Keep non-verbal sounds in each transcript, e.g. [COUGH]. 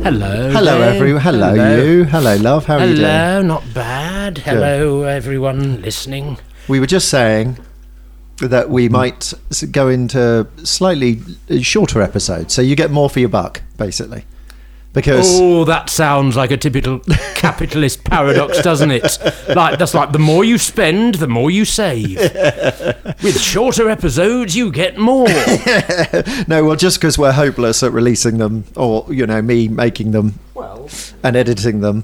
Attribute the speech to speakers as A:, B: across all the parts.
A: Hello.
B: Hello,
A: Dave.
B: everyone. Hello, you. Hello, love. How are you doing?
A: Hello, not bad. Hello, everyone listening.
B: We were just saying that we might s- go into slightly uh, shorter episodes, so you get more for your buck, basically. Because
A: Oh, that sounds like a
B: [LAUGHS]
A: typical capitalist paradox, doesn't it? Like that's like the more you spend, the more you
B: [LAUGHS]
A: save. With shorter episodes, you get
B: [LAUGHS]
A: more.
B: no, well, just because we're hopeless at releasing them, or you know, me making them and editing them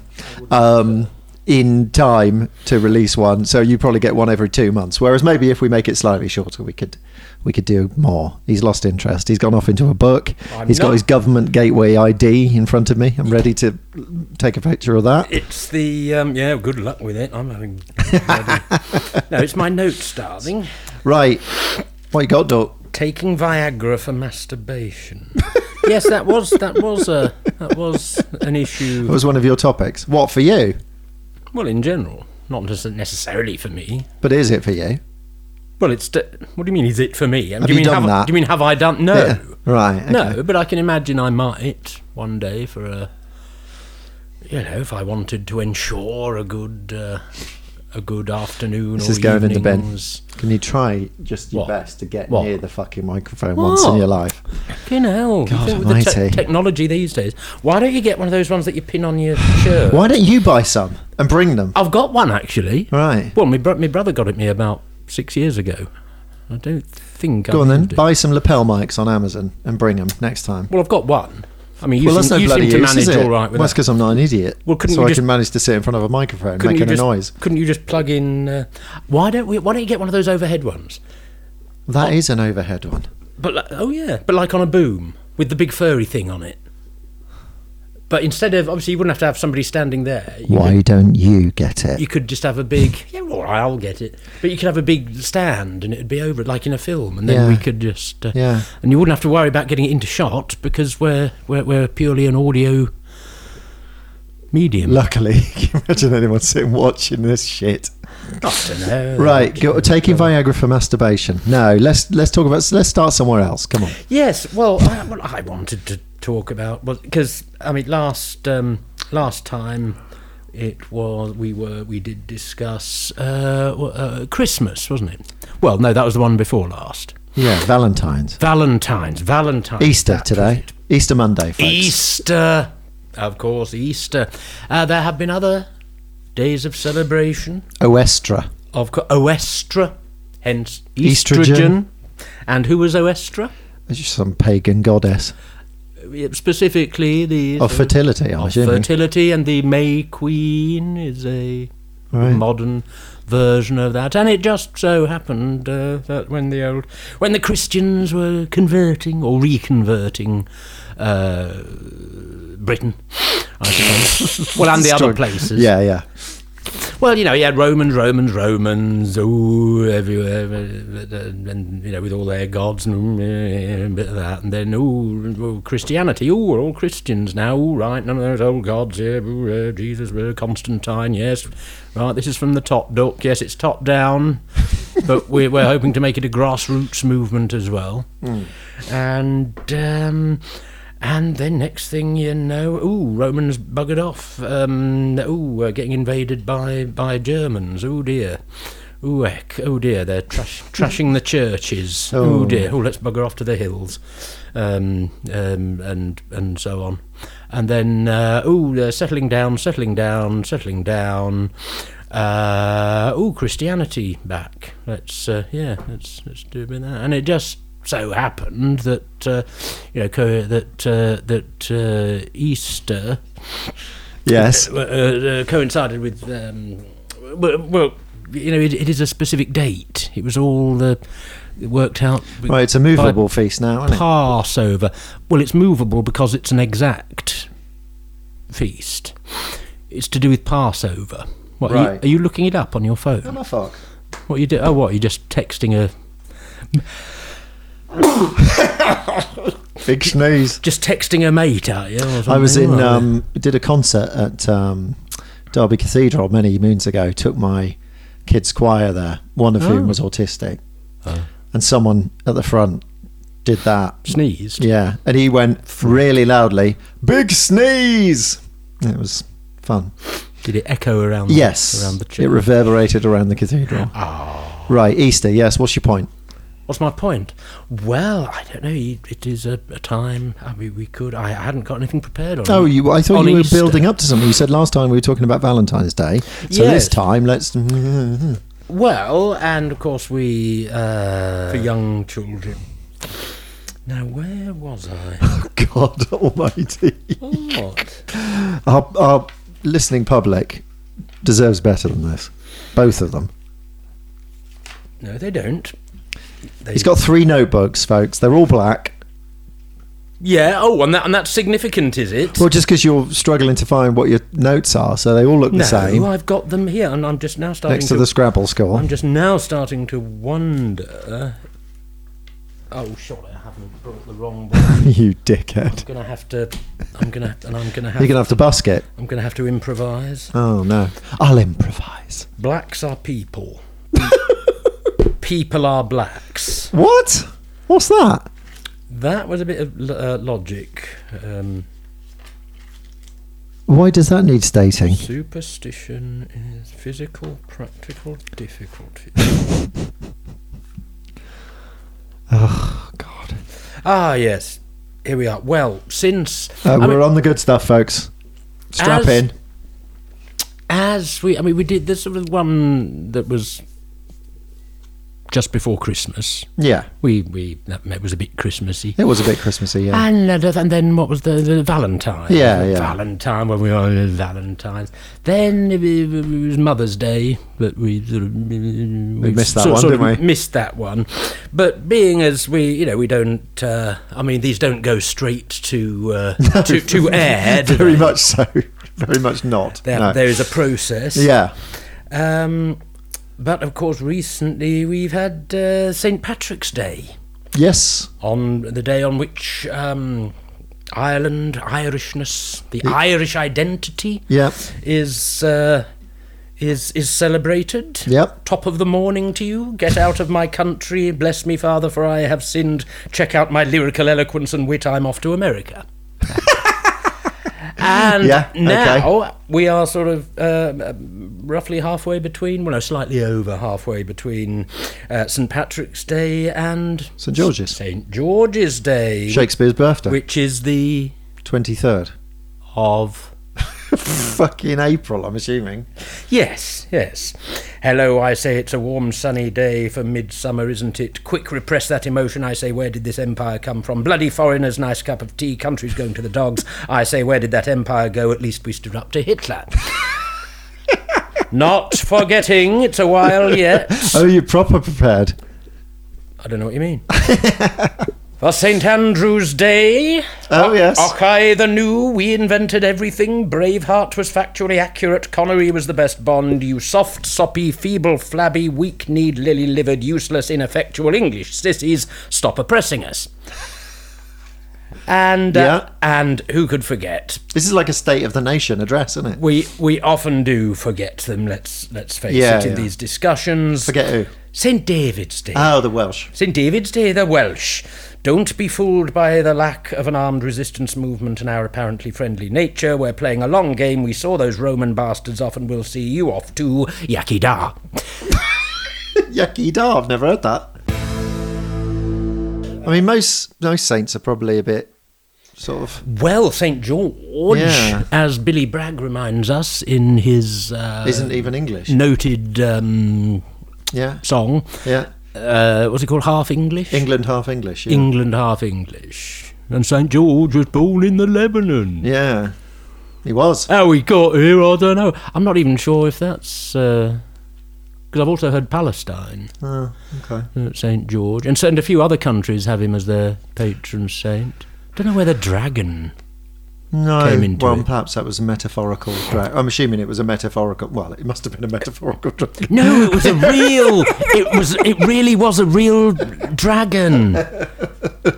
B: um, in time to release one, so you probably get one every two months. Whereas maybe if we make it slightly shorter, we could we could do more. He's lost interest. He's gone off into a book.
A: I'm
B: He's got
A: not-
B: his government gateway ID in front of me. I'm ready to take a picture of that.
A: It's the um, yeah. Good luck with it. I'm having.
B: [LAUGHS]
A: bloody- no, it's my notes, darling.
B: Right, what you got, Doc?
A: Taking Viagra for masturbation. yes, that was that was a that was an issue.
B: [LAUGHS] That was one of your topics. What for you?
A: Well, in general, not just necessarily for me.
B: But is it for you?
A: Well, it's. d what do you mean? Is it for me?
B: Have
A: do
B: you
A: mean
B: done
A: have, I-
B: that?
A: Do you mean have I done? No,
B: Yeah, Right. Okay.
A: no. But I can imagine I might one day for a. You know, if I wanted to ensure a good, uh, a good afternoon.
B: This
A: or
B: is going in the bin.
A: evenings.
B: Can you try just your
A: What?
B: best to get
A: What?
B: near the fucking microphone once in
A: What?
B: your life?
A: You know, you
B: God
A: think with the te-
B: almighty.
A: technology these days, why don't you get one of those ones that you pin on your shirt?
B: Why don't you buy some and bring them?
A: I've got one actually.
B: Right.
A: Well, my, bro- my brother got it me about six years ago. I don't think.
B: Go
A: I
B: on then.
A: used it.
B: Buy some lapel mics on Amazon and bring them next time.
A: Well, I've got one. I mean, you
B: Well, that's
A: seem,
B: no
A: you
B: bloody
A: seem to
B: use, is
A: manage
B: it?
A: all right with
B: well, that's
A: that.
B: because I'm not an idiot.
A: Well, couldn't
B: so
A: you
B: I
A: just-
B: can manage to sit in front of a microphone
A: Couldn't you
B: making
A: just-
B: a noise.
A: Couldn't you just plug in? Uh, why don't we? Why don't you get one of those overhead ones?
B: That is an overhead one.
A: But like, oh yeah, but like on a boom with the big furry thing on it. But instead of obviously, you wouldn't have to have somebody standing there. You
B: Why
A: Could,
B: don't you get it?
A: you
B: [LAUGHS]
A: could just have a big. Yeah, all right, I'll get it. But you could have a big stand, and it'd be over, like in a film, and then
B: Yeah.
A: we could just. Uh,
B: Yeah.
A: And you wouldn't have to worry about getting it into shot because we're we're, we're purely an audio medium.
B: Luckily, [LAUGHS] can you imagine anyone sitting watching this shit?
A: I don't know.
B: Right, go, taking Viagra for masturbation. No, let's let's talk about let's start somewhere else. Come on.
A: Yes, well, I, well, I wanted to talk about because I mean, last um, last time it was we were we did discuss uh, w- uh, Christmas, wasn't it? Well, no, that was the one before last.
B: Yeah, Valentine's,
A: Valentine's, Valentine's,
B: Easter
A: that
B: today, Easter Monday, folks.
A: was- Easter, of course, Easter. Uh, there have been other days of celebration
B: Oestra.
A: of co- Oestra, hence
B: Estrogen.
A: estrogen. And who was Oestra?
B: It's just some pagan goddess
A: Specifically, the
B: of fertility, I'm
A: of
B: assuming.
A: fertility, and the May Queen is a
B: Right.
A: modern version of that. And it just so happened uh, that when the old, when the Christians were converting or reconverting uh, Britain, I suppose, well, and the other
B: Strong.
A: places,
B: Yeah, yeah.
A: well, you know, he had Romans, Romans, Romans, ooh, everywhere, uh, uh, and you know, with all their gods and ooh, eh, a bit of that, and then ooh, ooh, Christianity, ooh, we're all Christians now, ooh, right, none of those old gods here, ooh, uh, Jesus, uh, Constantine, yes, right, this is from the top duck, yes, it's top down, but we're, we're hoping to make it a grassroots movement as well, and. Um, and then next thing you know, ooh, Romans buggered off. Um, ooh, we're getting invaded by, by Germans. Oh dear. Ooh, eck. Oh dear, they're trash, trashing the churches. Oh.
B: Oh.
A: dear. Oh, let's bugger off to the hills. Um, um, and, and so on. And then, uh, ooh, they're settling down, settling down, settling down. Uh, ooh, Christianity back. Let's, uh, yeah, let's, let's do a bit of that. And it just so happened that uh, you know co- that uh, that uh, Easter
B: Yes.
A: [LAUGHS] uh, uh, coincided with um, well, well, you know, it, it is a specific date. It was all uh, worked out. with
B: Right, it's a movable feast now, isn't it?
A: Passover. Well, it's movable because it's an exact feast. It's to do with Passover. What, are, you,
B: Right.
A: are you looking it up on your phone?
B: I'm a fuck.
A: What you do? Oh, what you just texting a
B: Big sneeze.
A: just texting a mate, are you? or
B: I was
A: something, Oh,
B: in,
A: or-
B: um, did a concert at um, Derby Cathedral many moons ago. Took my
A: Oh.
B: kids' choir there, one of whom was autistic. And someone at the front did that.
A: sneezed.
B: Yeah, and he went really loudly, "Big sneeze!" It was fun.
A: Did it echo around?
B: Yes,
A: the, around the
B: it
A: church? Ah.
B: reverberated around the cathedral. Right, Easter. Yes, what's your point?
A: What's my point? Well, I don't know. You- It is a, a time. I mean, we could. I hadn't got anything prepared on.
B: Oh, you, I thought
A: on
B: you were
A: Easter.
B: building up to something. You said last time we were talking about Valentine's Day, so this
A: Yes.
B: time let's. [LAUGHS]
A: Well, and of course we uh, for young children. Now, where was I?
B: God Almighty,
A: what?
B: our, our listening public deserves better than this. Both of them.
A: [LAUGHS] No, they don't. They,
B: He's got three notebooks, folks. They're all black.
A: yeah. Oh, and that and that's significant, is it?
B: Well, just because you're struggling to find what your notes are, so they all look
A: no,
B: the same.
A: I've got them here, and I'm just now starting
B: Next to the Scrabble score. [LAUGHS]
A: I'm just now starting to wonder. Oh, surely I haven't brought the wrong one. I'm
B: you dickhead.
A: gonna have to. I'm gonna and I'm gonna have.
B: You're gonna have to busk it.
A: I'm gonna have to improvise.
B: Oh no. I'll improvise.
A: Blacks are
B: [LAUGHS]
A: people. people are blacks.
B: What? What's that?
A: That was a bit of l- uh, logic. Um,
B: Why does that need stating?
A: superstition is physical, practical difficulty.
B: Oh God.
A: ah, yes. Here we are. Well, since
B: Uh,
A: I mean,
B: we're on the good stuff, folks. Strap
A: As-
B: in.
A: as we, I mean, we did this sort of one that was just before Christmas.
B: Yeah.
A: We we that it was a bit Christmassy.
B: It was a bit Christmassy, yeah.
A: And, uh, and then what was the, the Valentine?
B: Yeah, yeah.
A: Valentine when we were on Valentine's. Then it, wa- it was Mother's Day, but we sort of we
B: missed that
A: sort,
B: one,
A: sort
B: didn't
A: of
B: we?
A: Missed that one. But being as we, you know, we don't. Uh, I mean, these don't go straight to
B: [LAUGHS]
A: uh, to, to air. do
B: Very
A: they?
B: much so. [LAUGHS] Very much not.
A: There,
B: No.
A: there is a process.
B: Yeah.
A: Um, but of course, recently we've had uh, St Patrick's Day.
B: Yes.
A: on the day on which um, Ireland, Irishness, the Irish identity
B: Yeah.
A: is uh, is is celebrated.
B: Yep.
A: Top of the morning to you. Get out of my country. Bless me, Father, for I have sinned. Check out my lyrical eloquence and wit. I'm off to America.
B: [LAUGHS]
A: and
B: Yeah, okay.
A: now we are sort of uh, roughly halfway between, well, no, slightly over halfway between uh, St. Patrick's Day and
B: St George's.
A: St. George's Day,
B: Shakespeare's birthday.
A: which is the
B: Twenty third.
A: of.
B: [LAUGHS] Fucking April, I'm assuming.
A: Yes, yes. Hello, I say it's a warm sunny day for midsummer, isn't it? Quick repress that emotion, I say, where did this empire come from? Bloody foreigners, nice cup of tea, country's going to the dogs. I say, where did that empire go? At least we stood up to Hitler. Not forgetting, it's a while yet.
B: Oh, you're proper prepared.
A: I don't know what you mean. For St. Andrew's Day,
B: Oh yes.
A: Och, I the new, we invented everything. Braveheart was factually accurate. Connery was the best Bond. You soft, soppy, feeble, flabby, weak kneed, lily livered, useless, ineffectual English sissies, stop oppressing us. And uh, and who could forget?
B: This is like a State of the Nation address, isn't it?
A: We we often do forget them. Let's let's face
B: Yeah,
A: it in
B: yeah.
A: these discussions.
B: Forget who?
A: Saint David's Day.
B: Oh, the Welsh.
A: St David's Day, the Welsh. Don't be fooled by the lack of an armed resistance movement and our apparently friendly nature. We're playing a long game. We saw those Roman bastards off, and we'll see you off too. Yaki da.
B: Yucky da, I've never heard that. I mean, most most saints are probably a bit sort of.
A: Well, St George,
B: Yeah.
A: as Billy Bragg reminds us in his uh,
B: Isn't even English.
A: noted um,
B: Yeah,
A: song,
B: yeah.
A: uh, what's it called? Half English?
B: England half English. Yeah.
A: England, half English. And St George was born in the Lebanon.
B: yeah, he was.
A: How we got here, I don't know. I'm not even sure if that's because I've also heard Palestine,
B: Oh, okay.
A: uh, Saint George, and, so- and a few other countries have him as their patron saint. Don't know whether dragon. Came
B: No,
A: into
B: well,
A: it.
B: perhaps that was a metaphorical drag. I'm assuming it was a metaphorical. Well, it must have been a metaphorical drag.
A: No, it was a real. It was. It really was a real dragon.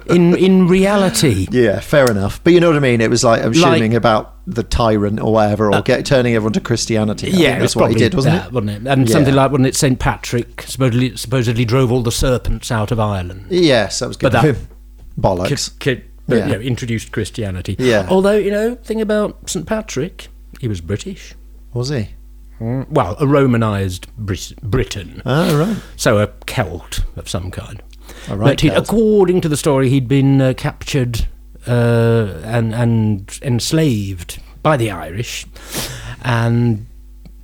A: In in reality,
B: Yeah, fair enough. But you know what I mean. It was like I'm
A: Like- Uh,
B: assuming about the tyrant or whatever, or get, turning everyone to Christianity. I think
A: yeah,
B: that's
A: it's
B: what he
A: probably
B: did, wasn't
A: that,
B: it?
A: wasn't it? And
B: Yeah.
A: something like, wasn't it? Saint Patrick supposedly supposedly drove all the serpents out of Ireland.
B: Yes, that was good.
A: But
B: of
A: that,
B: him. [LAUGHS] bollocks.
A: Ki- ki- but,
B: Yeah.
A: you know, introduced Christianity.
B: Yeah.
A: Although, you know, thing about St. Patrick, he was British.
B: Was he?
A: Well, a Romanized Brit- Briton.
B: Oh, right.
A: So a Celt of some kind.
B: All right,
A: but he,
B: Celt.
A: according to the story, he'd been uh, captured uh, and and enslaved by the Irish, and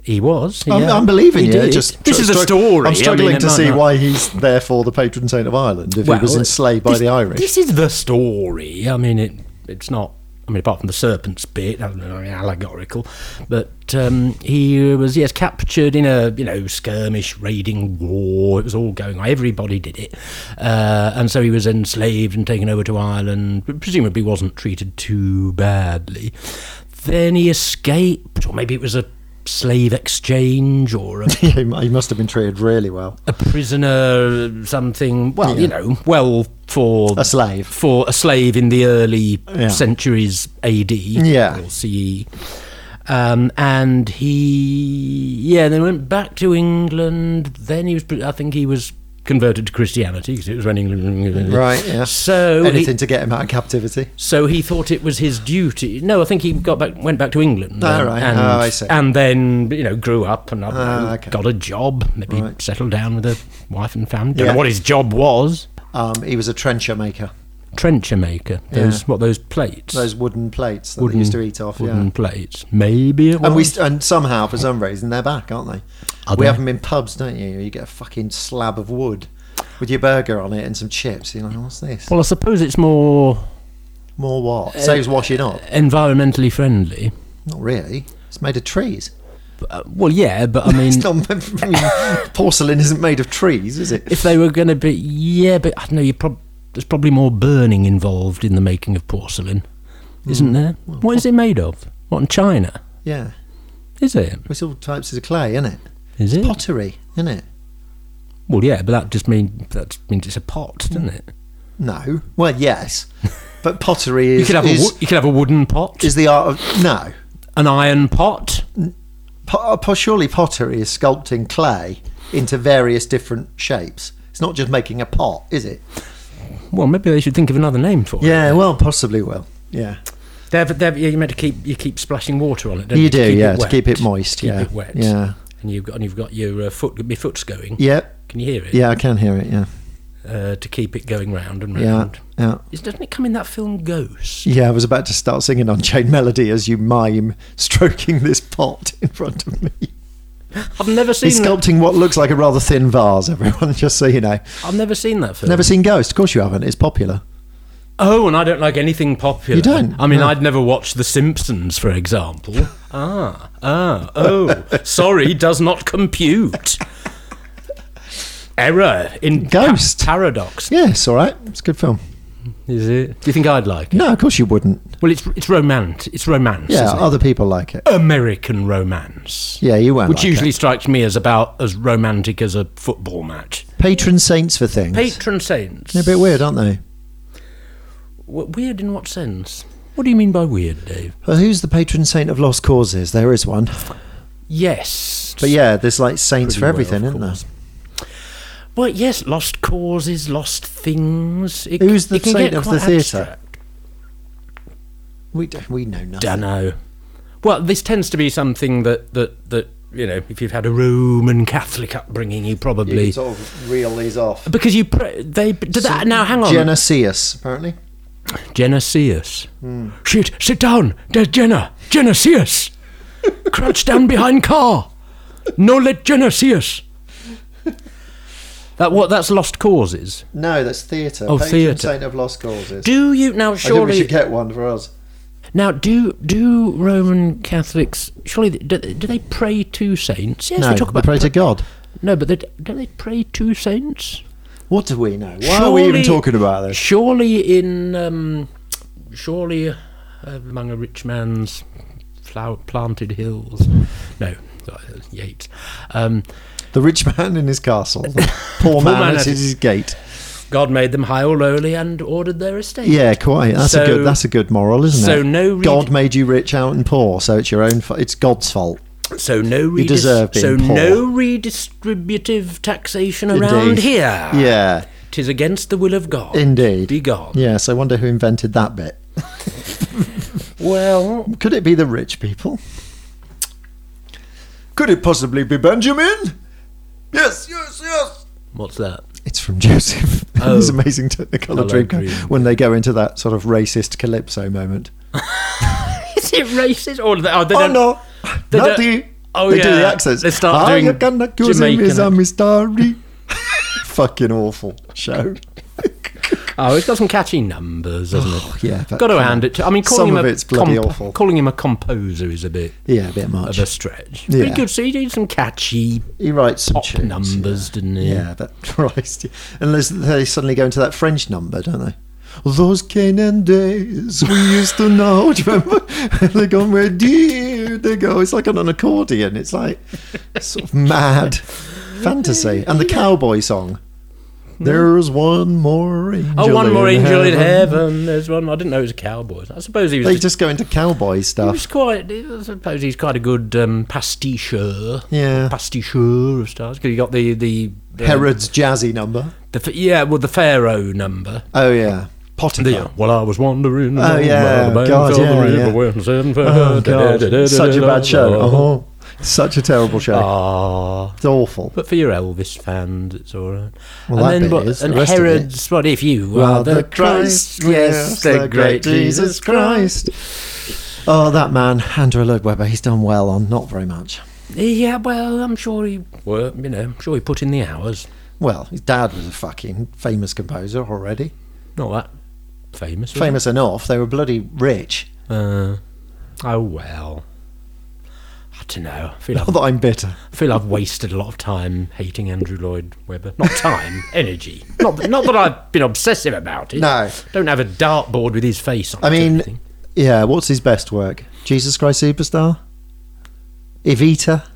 A: he was.
B: I'm,
A: yeah.
B: I'm believing
A: He
B: you.
A: did.
B: Just
A: this
B: stru-
A: is a
B: stru-
A: story. I
B: I'm struggling
A: mean,
B: to
A: no,
B: see
A: no.
B: why he's therefore the patron saint of Ireland if
A: Well,
B: he was enslaved by
A: this-
B: the Irish.
A: This is the story. I mean, it it's not. I mean, apart from the serpent's bit, I don't know, allegorical, but um, he was yes captured in a you know skirmish, raiding war. It was all going on. Everybody did it, uh, and so he was enslaved and taken over to Ireland. But presumably, wasn't treated too badly. Then he escaped, or maybe it was a slave exchange or a
B: Yeah, [LAUGHS] he mu- he must have been treated really well.
A: a prisoner, something. Well, you know, well for
B: A slave.
A: for a slave in the early
B: Yeah.
A: centuries AD
B: Yeah.
A: or CE. Um, and he, yeah, then went back to England. Then he was, I think he was converted to Christianity because it was when England.
B: Right, yeah.
A: So he-
B: Anything to get him out of captivity.
A: so he thought it was his duty. No, I think he got back, went back to England.
B: Ah,
A: um,
B: right.
A: And,
B: Oh, I see.
A: and then you know grew up and I don't
B: Ah,
A: know,
B: okay.
A: got a job. Maybe
B: Right.
A: settled down with a wife and family. Don't
B: Yeah.
A: know what his job was.
B: Um, he was a trencher maker.
A: Trencher maker. Those what those plates.
B: Those wooden plates that
A: Wooden-
B: they used to eat off.
A: wooden
B: Yeah.
A: plates. Maybe it was.
B: And we st- and somehow for some reason they're back, aren't they?
A: Are
B: we
A: they?
B: have them in pubs, don't you? You get a fucking slab of wood with your burger on it and some chips. You're like, what's this?
A: well, I suppose it's more
B: More
A: Uh,
B: what? Saves washing up.
A: environmentally friendly.
B: Not really. It's made of trees.
A: Uh, well, yeah,
B: [LAUGHS]
A: but I mean,
B: It's not. I mean, porcelain isn't made of trees, is it?
A: if they were going to be, yeah, but I don't know. You prob- there's probably more burning involved in the making of porcelain,
B: Hmm.
A: isn't there? What is it made of? What in China?
B: yeah.
A: Is it?
B: It's all types of clay, isn't it?
A: Is it?
B: Pottery, isn't it?
A: Well, yeah, but that just means that means it's a pot, doesn't it?
B: No. Well, [LAUGHS] yes, but pottery is
A: You could have
B: is,
A: a wo- you could have a wooden pot,
B: is the art of no.
A: an iron pot.
B: Po- uh, po- surely pottery is sculpting clay into various different shapes. It's not just making a pot, is it?
A: Well, maybe they should think of another name for it.
B: Yeah. Well, possibly will. Yeah.
A: They're, they're, yeah, you meant to keep you keep splashing water on it. Don't you
B: You do,
A: keep it
B: yeah, to
A: wet.
B: keep it moist.
A: Keep
B: yeah.
A: it wet.
B: Yeah.
A: And you've got and you've got your uh, foot my foot's going.
B: Yep.
A: Can you hear it?
B: Yeah, I can hear it. Yeah.
A: Uh, to keep it going round and
B: Yeah.
A: round.
B: Yeah.
A: Is, doesn't it come in that film Ghost?
B: Yeah, I was about to start singing Unchained Melody as you mime [LAUGHS] stroking this pot in front of me.
A: I've never seen
B: He's
A: that.
B: sculpting what looks like a rather thin vase, [LAUGHS] everyone, just so you know.
A: I've never seen that film.
B: Never seen Ghost? Of course you haven't. It's popular.
A: Oh, and I don't like anything popular.
B: You don't?
A: I mean,
B: No.
A: I'd never watched The Simpsons, for
B: [LAUGHS]
A: example. ah, ah, oh, sorry, does not compute. Error in pa-
B: Ghost.
A: paradox.
B: Yeah, it's all right. It's a good film.
A: Is it? Do you think I'd like it?
B: No, of course you wouldn't.
A: Well, it's it's romance. It's romance.
B: Yeah,
A: isn't it?
B: other people like it.
A: American romance,
B: Yeah, you won't.
A: which
B: like
A: usually strikes me as about as romantic as a football match.
B: it. patron saints for things.
A: Patron saints.
B: They're a bit weird, aren't they?
A: W- weird in what sense? What do you mean by weird, Dave?
B: Well, who's the patron saint of lost causes? There is one.
A: Yes,
B: But yeah, there's like saints
A: Pretty
B: for
A: well,
B: everything,
A: of
B: isn't there?
A: course. Well, yes, lost causes, lost things. It,
B: Who's the
A: it can
B: saint
A: get
B: of the
A: quite
B: theatre?
A: abstract.
B: We do, we know nothing.
A: Dunno. Well, this tends to be something that that that you know, if you've had a Roman Catholic upbringing, you
B: You
A: probably
B: can sort of reel these off.
A: because you pre- they did that. Now, hang on,
B: Geneseus, apparently.
A: Geneseus.
B: Hmm.
A: Shit, sit down. There's Jenna.
B: [LAUGHS]
A: Geneseus. Crouch down behind car. No let Geneseus. That what? That's lost causes.
B: No, that's theatre.
A: Oh,
B: patron
A: theatre.
B: saint of lost causes.
A: Do you now?
B: I think we
A: Surely
B: should get one for us.
A: now. Do do Roman Catholics? Surely do, do they pray to saints? Yes, they talk about
B: pray to God.
A: No, but they, don't they pray to saints?
B: What do we know? Why are we
A: Surely-
B: even talking about this?
A: Surely in um, surely uh, among a rich man's flower planted hills. No, uh, Yeats. Um,
B: The rich man in his
A: [LAUGHS]
B: castle, the poor man,
A: man
B: at
A: at-
B: his gate.
A: God made them high or lowly and ordered their estate.
B: Yeah, quite. That's
A: So-
B: a good. That's a good moral, isn't
A: so
B: it?
A: no re-
B: God made you rich, out and poor, so it's your own. Fa- it's God's fault.
A: So no redis-
B: deserve being
A: so
B: poor.
A: no redistributive taxation around
B: Indeed.
A: here.
B: Yeah.
A: 'Tis against the will of God.
B: Indeed.
A: Begone.
B: Yes, I wonder who invented that bit.
A: Well,
B: Could it be the rich people? Could it possibly be Benjamin? Yes, yes, yes.
A: what's
B: [LAUGHS]
A: that?
B: It's from Joseph. [LAUGHS]
A: Oh.
B: His amazing Technicolor
A: Hello,
B: Dreamcoat
A: Dream.
B: when they go into that sort of racist calypso moment.
A: Is it racist? Or they, oh, they
B: Oh
A: don't-
B: no,
A: [LAUGHS] they
B: not
A: don't-
B: the.
A: Oh,
B: they do
A: yeah.
B: the accents.
A: They start
B: Are
A: doing
B: you gonna accuse him?
A: Jamaican
B: Is a mystery. [LAUGHS] Fucking awful
A: [LAUGHS]
B: show.
A: Oh, it's got some catchy numbers, hasn't it?
B: Oh, yeah, but-
A: got to hand it to. I mean, calling him
B: Some of
A: a
B: it's bloody awful.
A: calling him a composer is a bit
B: Yeah, a bit
A: of
B: much.
A: a stretch.
B: Yeah.
A: But he could see he did some catchy
B: He writes some
A: pop
B: tunes,
A: numbers, didn't he?
B: Yeah, yeah but [LAUGHS] Christ. Unless they suddenly go into that French number, don't they? Those Canaan days we used to know. Do you [LAUGHS] remember? they go, where dear they go. It's like on an accordion. It's like sort of mad fantasy. And the cowboy song. There's one more angel.
A: Hmm. Oh, one more
B: in
A: angel in
B: heaven.
A: heaven. There's one. I didn't know it was a cowboy. I suppose he was.
B: They
A: just-
B: just go into cowboy
A: he
B: stuff.
A: was quite. I suppose he's quite a good um, pasticheur.
B: Yeah.
A: Pasticheur of stars because he got the the, the
B: Herod's jazzy number.
A: the ph- yeah well the Pharaoh number.
B: Oh, yeah. Potiphar.
A: The, well, I was wandering.
B: Oh,
A: along
B: yeah,
A: the banks
B: God,
A: of the
B: yeah,
A: river
B: yeah.
A: West and-
B: Oh, God. Such a bad show. Oh, [LAUGHS] such a terrible show.
A: Ah.
B: It's awful.
A: But for your Elvis fans, it's all right.
B: Well, that
A: and then
B: bit
A: what?
B: is, the
A: and
B: rest of it.
A: Herod's. What if you
B: Well,
A: are the Christ? Yes, the great Jesus Christ.
B: Oh, that man, Andrew Lloyd Webber, he's done well on not very much.
A: Yeah, well, I'm sure he. Well, you know, I'm sure he put in the hours.
B: Well, his dad was a fucking famous composer already.
A: Not that famous. was
B: Famous enough, they were bloody rich.
A: he? Uh, oh well. I don't know. I feel
B: Not
A: I've,
B: that I'm bitter.
A: I feel I've wasted a lot of time hating Andrew Lloyd Webber.
B: [LAUGHS]
A: Not time, energy. Not that, not that I've been obsessive about it.
B: No.
A: Don't have a dartboard with his face on.
B: I
A: it or
B: mean,
A: anything.
B: yeah, what's his best work? Jesus Christ Superstar? Evita?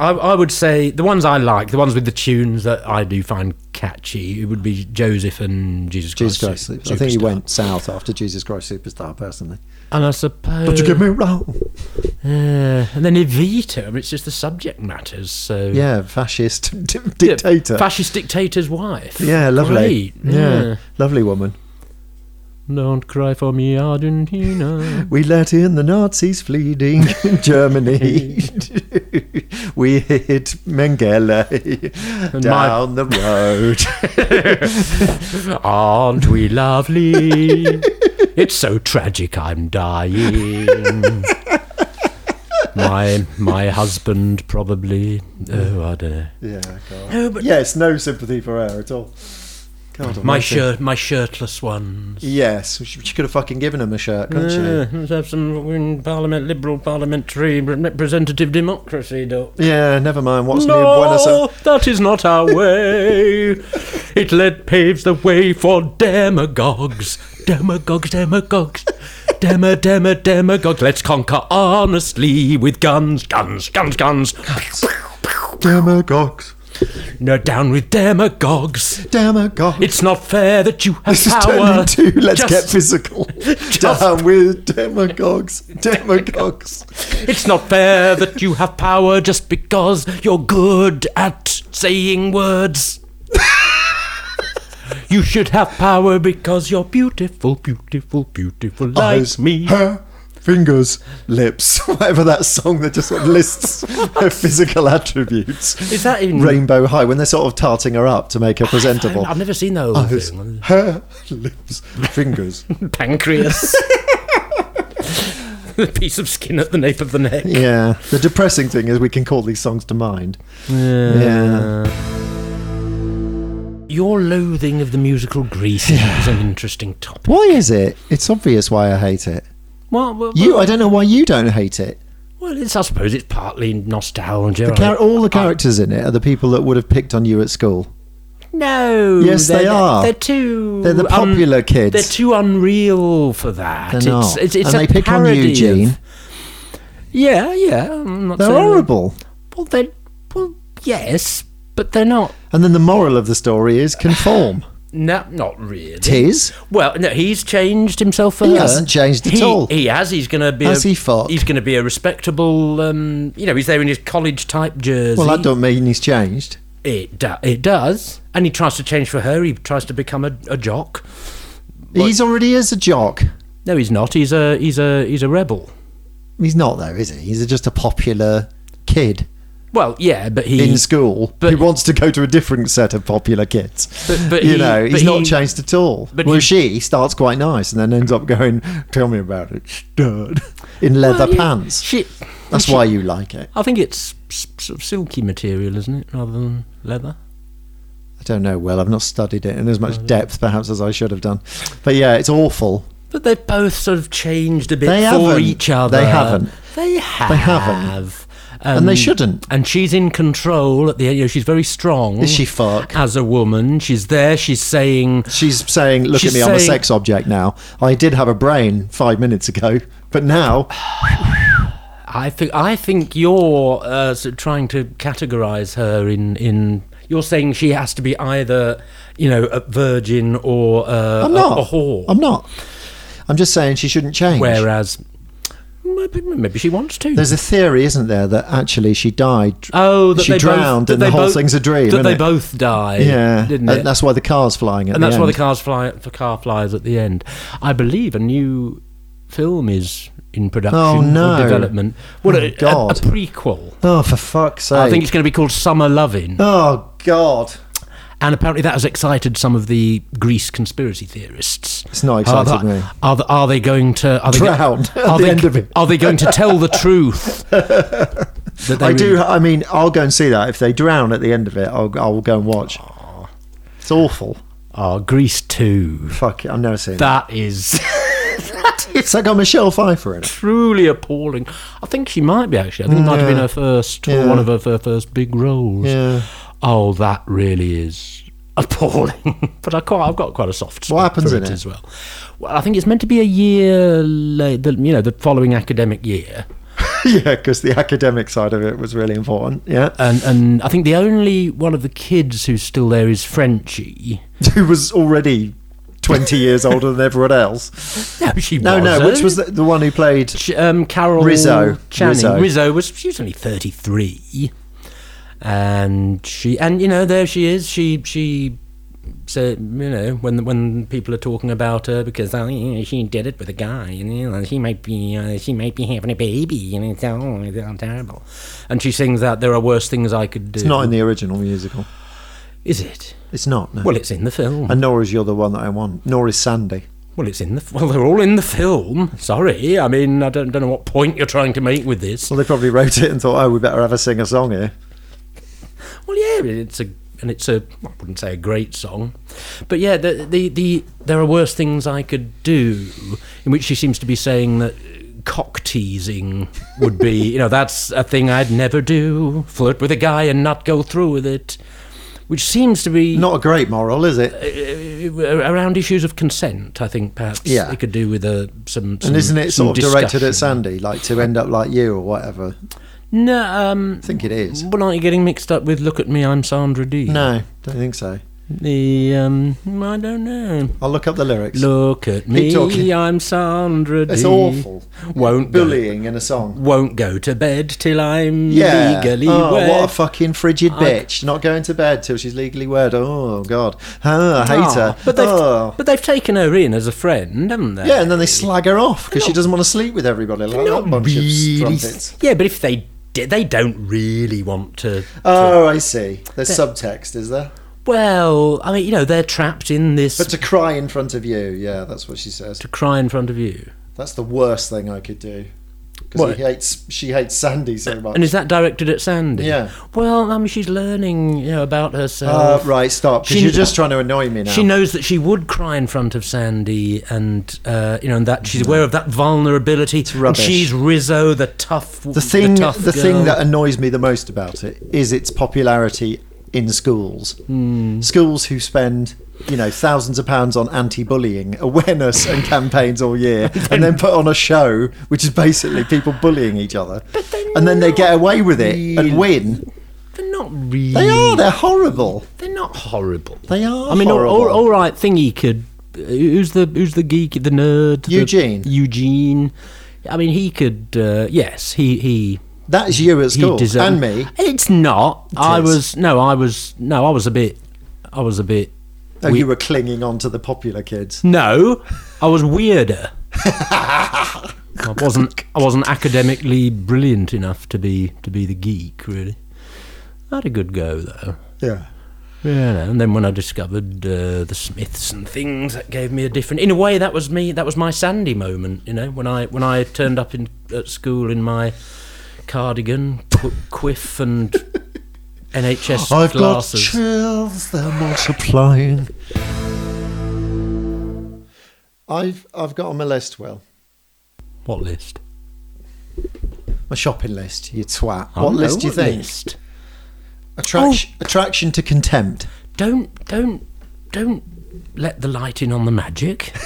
A: I, I would say the ones I like, the ones with the tunes that I do find catchy, it would be Joseph and Jesus Christ.
B: Jesus Christ.
A: Super-
B: Superstar. I think he
A: Superstar.
B: went south after Jesus Christ Superstar, personally.
A: And I suppose.
B: Don't you get me wrong.
A: Uh, and then Evita, I mean, it's just the subject matters. So
B: Yeah, fascist [LAUGHS] dictator.
A: fascist dictator's wife.
B: Yeah, lovely.
A: Great,
B: Yeah.
A: yeah.
B: lovely woman.
A: Don't cry for me, Argentina.
B: We let in the
A: [LAUGHS]
B: Nazis fleeing Germany. we hit Mengele down the road.
A: Aren't we lovely? it's so tragic. I'm dying. my my husband probably. Oh, I don't know.
B: yeah, God.
A: No, but
B: Yes, no sympathy for her at all. God,
A: my
B: almighty.
A: shirt, my shirtless ones.
B: Yes, she, she could have fucking given him a shirt, couldn't
A: Uh, let's have some fucking parliament, liberal parliamentary representative democracy, doc.
B: she? Yeah, never mind. What's new? Buenos
A: No, that is not our way. it led paves the way for demagogues, demagogues, demagogues, dema, dema, demagogues. Let's conquer honestly with guns, guns, guns, guns.
B: Demagogues.
A: No, down with demagogues.
B: Demagogues.
A: It's not fair that you have
B: This is
A: power.
B: turning to let's
A: Just- [LAUGHS]
B: get physical. Down with demagogues. Demagogues.
A: It's not fair that you have power just because you're good at saying words. you should have power because you're beautiful, beautiful, beautiful like
B: Eyes,
A: me.
B: Her fingers, lips, [LAUGHS] whatever that song that just sort
A: [LAUGHS]
B: of lists her physical attributes.
A: Is that even
B: Rainbow High, when they're sort of tarting her up to make her presentable.
A: I've never seen those.
B: Eyes,
A: thing.
B: her lips, fingers.
A: Pancreas. [LAUGHS] A piece of skin at the nape of the neck.
B: yeah. The depressing thing is we can call these songs to mind. Yeah.
A: Your loathing of the musical Grease is an interesting topic.
B: Why is it? It's obvious why I hate it.
A: Well, well,
B: You,
A: well,
B: I don't know why you don't hate it.
A: well, it's, I suppose it's partly nostalgia. I-
B: Char- all the characters in it are the people that would have picked on you at school.
A: No.
B: Yes,
A: they're,
B: they are.
A: They're too.
B: They're the
A: un-
B: popular kids.
A: They're too unreal for that.
B: They're
A: it's,
B: not.
A: It's, it's
B: and
A: a
B: they pick on
A: parody
B: you,
A: of-
B: Gene.
A: yeah, yeah. I'm not
B: They're
A: saying-
B: horrible.
A: Well, they're well, yes, but they're not.
B: And then the moral of the story
A: [LAUGHS]
B: is conform.
A: No, not really.
B: Tis.
A: well, no, he's changed himself for
B: He
A: her.
B: hasn't changed at
A: He-
B: all.
A: He has. He's going to be.
B: Has
A: a,
B: he fucked?
A: He's going to be a respectable. Um, you know, he's there in his college type jersey.
B: Well, that don't mean he's changed.
A: it do- it does, and he tries to change for her. He tries to become a, a jock.
B: He's already is a jock.
A: No, he's not. He's a he's a he's a rebel.
B: He's not though, is he? He's just a popular kid
A: Well, yeah, but he
B: in school
A: but-
B: who wants to go to a different set of popular kids.
A: But- but
B: you
A: he-
B: know,
A: but
B: he's not
A: he-
B: changed at all.
A: but
B: well,
A: he-
B: she starts quite nice and then ends up going, "Tell me about it, stud," in leather
A: Well, you-
B: pants.
A: She,
B: That's why you like it.
A: I think it's s- sort of silky material, isn't it, rather than leather?
B: I don't know. Well, I've not studied it in as much depth, perhaps, as I should have done. But yeah, it's awful.
A: But they've both sort of changed a bit
B: They
A: for
B: haven't.
A: each other.
B: They haven't.
A: They have.
B: haven't.
A: Um,
B: And they shouldn't.
A: And she's in control at the end. You know, she's very strong.
B: Is she fuck?
A: As a woman, she's there. She's saying,
B: She's saying, "Look
A: She's
B: at me, I'm a
A: saying-
B: sex object now. I did have a brain five minutes ago, but now
A: "I think, I think you're uh, sort of trying to categorise her in in." You're saying she has to be either, you know, a virgin or uh,
B: I'm
A: a-
B: not
A: a whore.
B: I'm not. I'm just saying she shouldn't change."
A: Whereas maybe, maybe she wants to.
B: There's a theory, isn't there, that actually she died.
A: oh, that
B: she
A: they both,
B: drowned,
A: that
B: and the
A: they
B: whole
A: both-
B: thing's a dream.
A: That
B: isn't
A: they
B: it?
A: both died.
B: yeah,
A: didn't
B: and
A: it?
B: that's why the car's flying at
A: and
B: the
A: that's why the
B: end.
A: cars fly. The car flies at the end. I believe a new film is in production
B: Oh, no. Oh,
A: or development. What a, a, a
B: God.
A: prequel!
B: Oh, for fuck's sake!
A: I think it's going to be called Summer Lovin',
B: oh God,
A: and apparently that has excited some of the Greece conspiracy theorists.
B: it's not exciting
A: are,
B: me.
A: they, are, th- are they going to are they
B: Drown
A: Go,
B: at
A: are
B: the
A: they,
B: end of it.
A: Are they going to tell
B: [LAUGHS]
A: the truth? that they
B: I
A: really-
B: do. I mean, I'll go and see that. If they drown at the end of it, I'll, I'll go and watch. It's awful.
A: Oh, Greece too.
B: Fuck it. I've never seen that.
A: That is
B: It's like got Michelle Pfeiffer in it.
A: truly appalling. I think she might be actually. I think it might have been
B: Yeah.
A: her first
B: Yeah.
A: or one of her, fir- first big roles.
B: Yeah.
A: Oh, that really is appalling. [LAUGHS] but I quite, I've got quite a soft spot
B: happens
A: for
B: in
A: it
B: it?
A: as well. Well, I think it's meant to be a year, late, the, you know, the following academic year.
B: [LAUGHS] yeah, because the academic side of it was really important. Yeah. [LAUGHS]
A: And and I think the only one of the kids who's still there is Frenchie. [LAUGHS]
B: Who was already 20 years older than
A: [LAUGHS]
B: everyone else.
A: No, she
B: No, no,
A: wasn't.
B: which was the, the one who played.
A: Ch- um, Carol
B: Rizzo.
A: Channing. Rizzo.
B: Rizzo.
A: was she was only thirty three, and she and you know there she is. She she said you know when when people are talking about her because oh, yeah, she did it with a guy and you know, she might be uh, she might be having a baby and it's oh it's all terrible, and she sings that there are worse things I could do.
B: It's not in the original musical.
A: is it?
B: It's not. No.
A: Well, it's in the film.
B: and nor is You're the One That I Want, nor is Sandy.
A: well, it's in the f- well. They're all in the film. Sorry, I mean I don't don't know what point you're trying to make with this.
B: Well, they probably wrote it and thought, oh, we better have a sing a song here.
A: Well, yeah, it's a and it's a I wouldn't say a great song, but yeah, the the, the there are worse things I could do, in which she seems to be saying that uh, cock teasing would be you know that's a thing I'd never do, flirt with a guy and not go through with it, which seems to be
B: Not a great moral, is it?
A: uh, around issues of consent. I think perhaps
B: Yeah.
A: it could do with a some, some
B: And isn't it
A: some
B: sort of directed at
A: discussion.
B: Sandy, like to end up like you or whatever?
A: No, um,
B: I think it is.
A: well, aren't you getting mixed up with "Look at me, I'm Sandra Dee"?
B: No, don't think so.
A: the um, I don't know.
B: I'll look up the lyrics.
A: Look at me,
B: talking.
A: I'm Sandra D.
B: It's awful.
A: Won't go,
B: Bullying in a song.
A: won't go to bed till I'm
B: Yeah.
A: legally
B: oh,
A: wed.
B: what a fucking frigid
A: I-
B: bitch. Not going to bed till she's legally wed. Oh, God. Oh, I hate
A: Ah,
B: her.
A: But they've,
B: oh.
A: but they've taken her in as a friend, haven't they?
B: Yeah, and then they slag her off because she
A: Not-
B: doesn't want to sleep with everybody. Like that
A: not
B: bunch
A: really.
B: of
A: s-
B: strumpets.
A: Yeah, but if they did, they don't really want to.
B: Oh, I see. There's subtext, is there?
A: Well, I mean, you know, they're trapped in this
B: But to cry in front of you, yeah, that's what she says.
A: to cry in front of you.
B: That's the worst thing I could do.
A: What?
B: Because he hates, she hates Sandy so much.
A: And is that directed at Sandy?
B: Yeah.
A: Well, I mean, she's learning, you know, about herself.
B: Uh, right, stop.
A: She-
B: Because you're just trying to annoy me now.
A: She knows that she would cry in front of Sandy, and uh, you know, and that she's aware of that vulnerability. It's
B: rubbish.
A: And she's Rizzo, the tough,
B: the thing, the,
A: tough girl.
B: thing that annoys me the most about it is its popularity in schools.
A: Hmm.
B: Schools who spend, you know, thousands of pounds on anti-bullying
A: [LAUGHS]
B: awareness and campaigns all year, and then put on a show which is basically people bullying each other, and then they get away with it
A: really-
B: and win.
A: they're not really.
B: They are. They're horrible.
A: They're not horrible.
B: They are.
A: Mm. I mean, all,
B: horrible.
A: all, all right, thingy could. Who's the who's the geek, the nerd, the-
B: Eugene.
A: Eugene. I mean, he could. Uh, yes, he he
B: That's you at school
A: deser-
B: and me.
A: It's not. I
B: is.
A: was no. I was no. I was a bit. I was a bit.
B: Oh,
A: we-
B: you were clinging on to the popular kids.
A: No, I was weirder. [LAUGHS] I wasn't. I wasn't academically brilliant enough to be to be the geek. Really, I had a good go though.
B: Yeah.
A: Yeah, and then when I discovered uh, the Smiths and things, that gave me a different. In a way, that was me. That was my Sandy moment. You know, when I when I turned up in at school in my cardigan, qu- quiff,
B: [LAUGHS]
A: and NHS
B: I've
A: glasses.
B: got chills. They're multiplying. I've I've got on my list, Will.
A: what list?
B: My shopping list. You twat.
A: I
B: what
A: don't know,
B: list do you think?
A: list?
B: Attraction. Attraction to contempt.
A: Don't don't don't let the light in on the magic.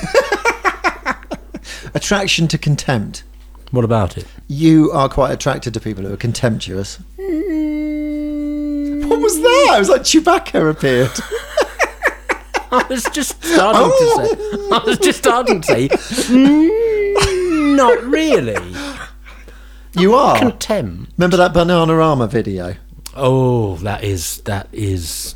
B: Attraction to contempt.
A: [LAUGHS] what about it?
B: You are quite attracted to people who are contemptuous. What was that? It was like Chewbacca appeared.
A: I was just starting to [LAUGHS] say. I was just starting to say. "Mm, not really.
B: You
A: [LAUGHS]
B: are.
A: Contempt.
B: Remember that Bananarama video?
A: Oh, that is that is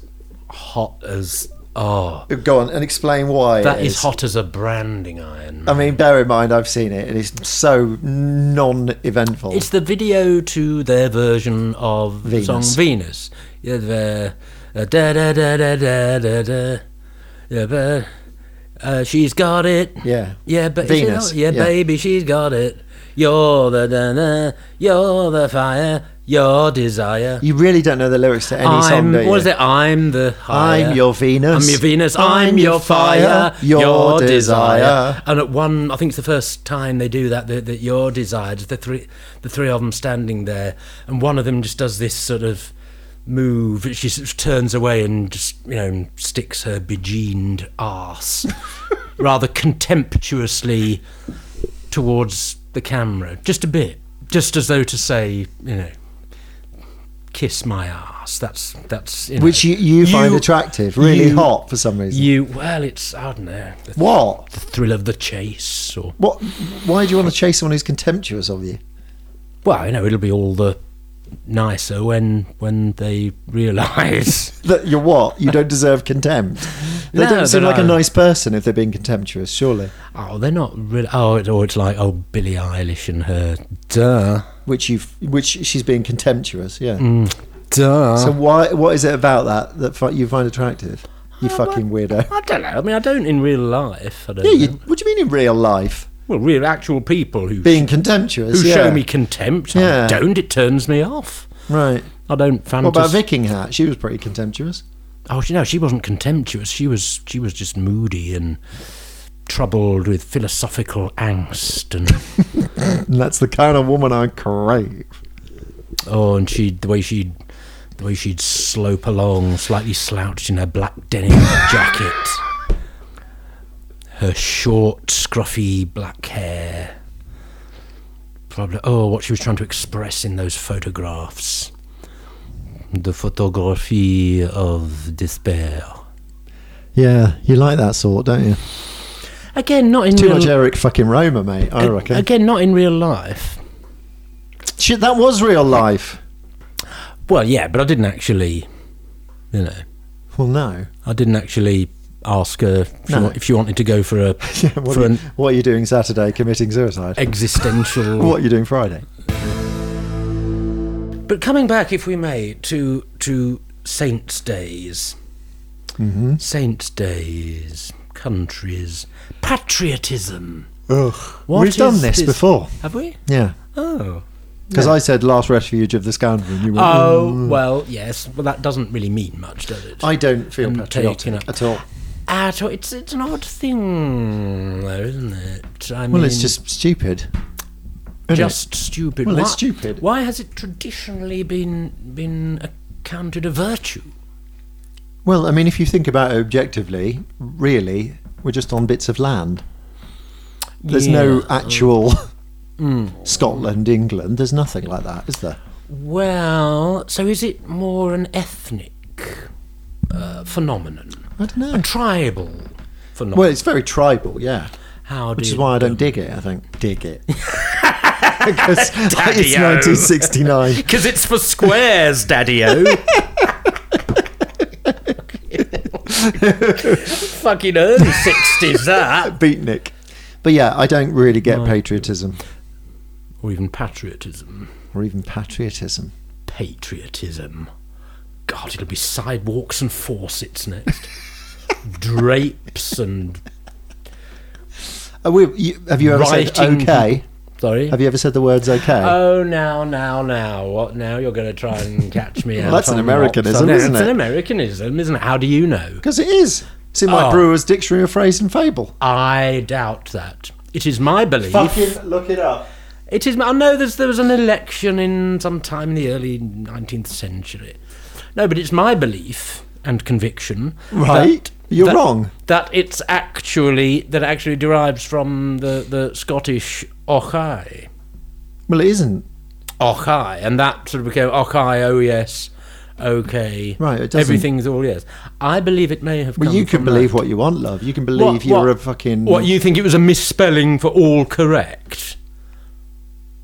A: hot as oh
B: Go on and explain why.
A: that
B: it
A: is hot as a branding iron.
B: I mean, bear in mind, I've seen it, and it's so non-eventful.
A: It's the video to their version of the
B: Venus.
A: song Venus. Yeah, the, uh, da da da da da da da. Yeah, but, uh, she's got it.
B: Yeah.
A: Yeah, but
B: Venus,
A: yeah,
B: yeah.
A: baby, she's got it. You're the da da. You're the fire. Your desire.
B: you really don't know the lyrics to any song,
A: I'm,
B: do you?
A: what is it? I'm the higher.
B: I'm your Venus.
A: I'm your Venus. I'm, your fire.
B: Your, desire.
A: And at one, I think it's the first time they do that. That, that your desire. just The three, the three of them standing there, and one of them just does this sort of move. She sort of turns away and just you know sticks her bejeaned ass [LAUGHS] rather contemptuously towards the camera, just a bit, just as though to say, you know. Kiss my ass. That's that's you know.
B: Which you, you, find
A: You-
B: attractive, really
A: you-
B: hot for some reason.
A: You well, it's I don't know the
B: what?
A: thrill of the chase, or
B: What? Why do you want to chase someone who's contemptuous of you?
A: well, you know, it'll be all the nicer when when they
B: [LAUGHS]
A: realise.
B: That you're what? You don't deserve contempt. They
A: No,
B: don't seem
A: but
B: like a
A: I-
B: nice person if they're being contemptuous, surely.
A: oh, they're not really. Oh, it, or it's like oh, Billie Eilish and her duh
B: Which you, which she's being contemptuous. Yeah.
A: duh.
B: So why? What is it about that that fi- you find attractive? You fucking weirdo.
A: I don't know. I mean, I don't in real life. I don't.
B: Um, Yeah. You,
A: know.
B: what do you mean in real life?
A: well, real actual people who
B: Being contemptuous.
A: who
B: yeah.
A: show me contempt.
B: Yeah.
A: I don't. It turns me off.
B: Right.
A: I don't fancy.
B: What about Viking Hat? She was pretty contemptuous.
A: Oh, she, no, she wasn't contemptuous. She was she was just moody and troubled with philosophical angst and
B: And [LAUGHS] that's the kind of woman I crave.
A: oh, and she the way she the way she'd slope along, slightly slouched in her black denim [LAUGHS] jacket, her short, scruffy black hair. Probably oh, what she was trying to express in those photographs. The photography of despair.
B: Yeah, you like that sort, don't you?
A: Again, not in
B: Too
A: real,
B: much Eric fucking Roma, mate. I reckon.
A: Again, not in real life.
B: Shit, that was real life.
A: Well, yeah, but I didn't actually, you know,
B: Well, no.
A: I didn't actually ask her if,
B: No.
A: she, wa- if she wanted to go for a
B: [LAUGHS] What
A: for
B: are, you,
A: an
B: what are you doing Saturday? Committing suicide.
A: existential.
B: [LAUGHS] What are you doing Friday?
A: But coming back, if we may, to to saints' days, mm-hmm. saints' days, countries, patriotism.
B: Ugh.
A: What
B: We've done
A: is
B: this,
A: this-
B: before.
A: Have we?
B: Yeah.
A: Oh.
B: Because I said last refuge of the scoundrel. and You were,
A: Oh well, yes. Well, that doesn't really mean much, does it?
B: I don't feel
A: I'm
B: patriotic
A: taking up-
B: at all.
A: At all. It's it's an odd thing, though, isn't it? I
B: Well,
A: mean,
B: it's just stupid. isn't it?
A: just stupid.
B: Well,
A: why,
B: it's stupid.
A: Why has it traditionally been been accounted a virtue?
B: Well, I mean, if you think about it objectively, really, we're just on bits of land. There's no actual Mm. [LAUGHS] Scotland, England. There's nothing like that, is there?
A: Well, so is it more an ethnic uh, phenomenon,
B: I don't know.
A: tribal phenomenon?
B: Well, it's very tribal, yeah.
A: How do
B: Which is
A: you-
B: why I don't dig it, I think. Dig it. [LAUGHS] because it's
A: Daddy-o.
B: 1969.
A: Because it's for squares, Daddy O. Fucking early sixties that,
B: [LAUGHS] Beatnik. But yeah, I don't really get patriotism
A: or even patriotism,
B: or even patriotism.
A: patriotism. God, it'll be sidewalks and faucets next, [LAUGHS] drapes and
B: Are we, you, have you ever
A: Writing
B: said okay?
A: sorry.
B: Have you ever said the words okay?
A: Oh, now, now, now! What now? You're going to try and catch
B: [LAUGHS]
A: me out?
B: that's an
A: on
B: Americanism,
A: what?
B: isn't
A: It's
B: it?
A: an Americanism, isn't it? How do you know?
B: Because it is. It's in my
A: Oh.
B: Brewer's Dictionary of Phrase and Fable.
A: I doubt that. It is my belief.
B: look it up.
A: It is. I know there's, there was an election in sometime in the early 19th century. No, but it's my belief and conviction.
B: Right?
A: that-
B: You're
A: that-
B: wrong.
A: That it's actually that it actually derives from the the Scottish ochai,
B: Well, it isn't.
A: ochai, and that sort of became ochai. Oh yes, okay.
B: Right, it doesn't-
A: Everything's all yes. I believe it may have.
B: Well,
A: come
B: you can
A: from
B: believe
A: that.
B: what you want, love. You can believe you're a fucking.
A: What you think it was a misspelling for all correct?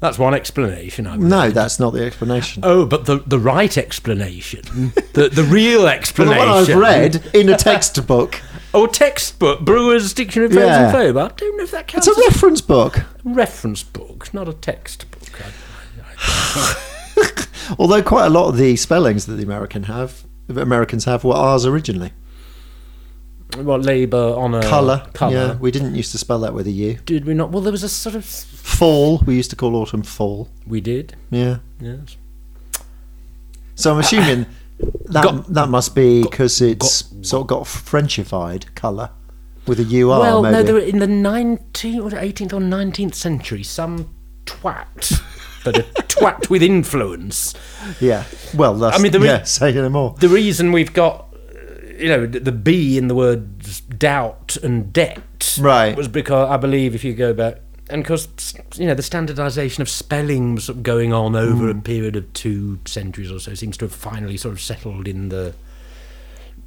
A: That's one explanation. I believe.
B: no, that's not the explanation.
A: Oh, but the, the right explanation, the the real
B: [LAUGHS] But the
A: explanation.
B: one I've read in a textbook.
A: Or textbook, Brewer's Dictionary of Phrase
B: Yeah.
A: and Phobe. I don't know if that
B: It's
A: counts
B: a
A: as a
B: reference book.
A: reference book, not a textbook. Uh,
B: Although quite a lot of the spellings that the American have, Americans have, were ours originally.
A: I- What labour on a
B: Colour.
A: Colour.
B: Yeah, we didn't used to spell that with a U.
A: Did we not? Well, there was a sort of.
B: Fall. We used to call autumn fall.
A: We did.
B: Yeah.
A: Yes.
B: So
A: [COUGHS]
B: I'm assuming that
A: Got-
B: that must be because it's sort of got Frenchified colour with a UR.
A: well,
B: Oh, maybe.
A: no, there were, in the nineteenth or eighteenth or nineteenth century, some twat, but
B: [LAUGHS]
A: a twat with influence.
B: yeah. Well, that's,
A: I mean, there is-
B: yeah. [LAUGHS] Say no more.
A: the reason we've got uh, you know the the B in the words doubt and debt
B: Right.
A: was because I believe if you go back and because you know the standardisation of spelling was sort of going on over a period of two centuries or so seems to have finally sort of settled in the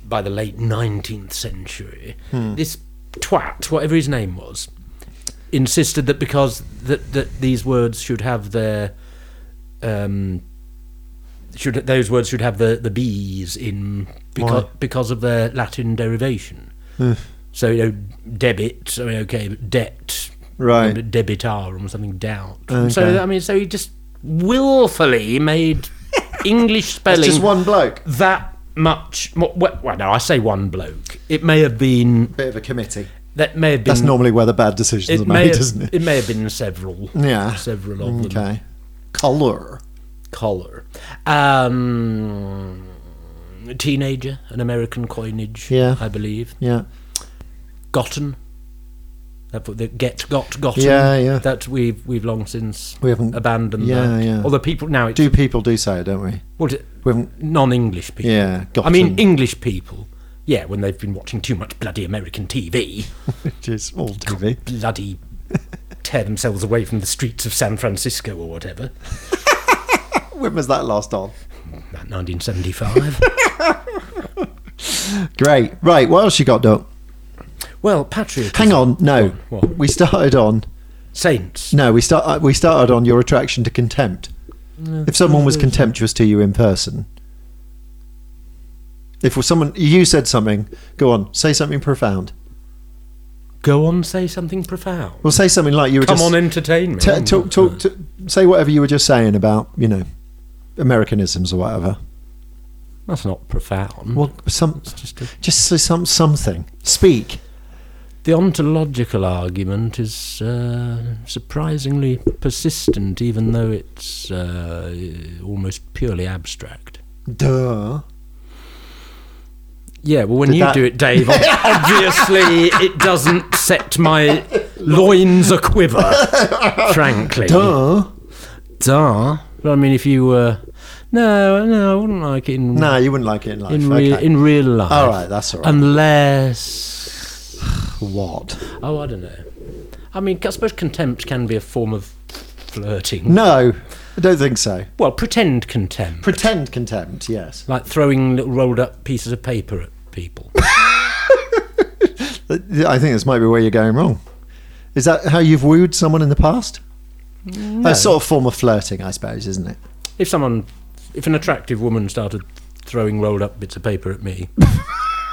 A: by the late 19th century this twat whatever his name was insisted that because that, that these words should have their um, should those words should have the the b's in because
B: Why? Hmm.
A: because of their Latin derivation. so you know, debit. I mean, okay, but debt,
B: Right.
A: but debitar or something doubt.
B: Okay.
A: So I mean, so he just willfully
B: [LAUGHS]
A: made English spelling
B: It's just one bloke.
A: that much. More, well, well, no, I say one bloke. It may have been
B: Bit of a committee.
A: that may have been
B: That's normally where the bad decisions are
A: Mm. it may
B: made,
A: have,
B: isn't it?
A: may have been several.
B: Yeah.
A: several of them.
B: Okay. Colour.
A: Collar. Um, teenager, an American coinage,
B: Yeah.
A: I believe.
B: Yeah.
A: Gotten. That the get got gotten.
B: Yeah, yeah.
A: That we've we've long since
B: We haven't-
A: abandoned.
B: yeah,
A: that.
B: yeah.
A: Although people now it's
B: Do people do say it, don't we?
A: what is it?
B: We haven't.
A: non-English people.
B: Yeah. Got
A: I mean
B: [LAUGHS]
A: English people. Yeah, when they've been watching too much bloody American TV,
B: which is all TV. [LAUGHS]
A: bloody tear themselves away from the streets of San Francisco or whatever.
B: When was that last on?
A: About 1975.
B: Great. Right. What else you got, Doc?
A: well, patriotism.
B: Hang on. No.
A: What? What?
B: We started on.
A: Saints.
B: No, we start. uh, We started on your attraction to contempt. If someone was contemptuous to you in person, if someone you said something, go on, say something profound.
A: Go on, say something profound.
B: Well, say something like you were
A: Come
B: just
A: on, entertain me.
B: t- talk, talk, t- say whatever you were just saying about you know Americanisms or whatever.
A: That's not profound.
B: Well, some
A: Just a-
B: just say some something. Speak.
A: the ontological argument is uh, surprisingly persistent, even though it's uh, almost purely abstract.
B: Duh.
A: Yeah, well, when
B: Did
A: you
B: that-
A: do it, Dave, ob-
B: [LAUGHS]
A: obviously it doesn't set my loins a
B: [LAUGHS]
A: quiver, frankly.
B: Duh.
A: Duh. But I mean, if you were. No, no, I wouldn't like it in,
B: No, you wouldn't like it in life.
A: in, real,
B: okay.
A: in real life.
B: all right, that's all right.
A: Unless.
B: what?
A: Oh, I don't know. I mean, I suppose contempt can be a form of flirting.
B: No, I don't think so.
A: Well, pretend contempt.
B: Pretend contempt. Yes.
A: like throwing little rolled up pieces of paper at
B: [LAUGHS]
A: people.
B: I think this might be where you're going wrong. Is that how you've wooed someone in the past? A sort of form of flirting, I suppose, isn't it?
A: If someone, if an attractive woman started throwing rolled up bits of paper at
B: [LAUGHS]
A: me,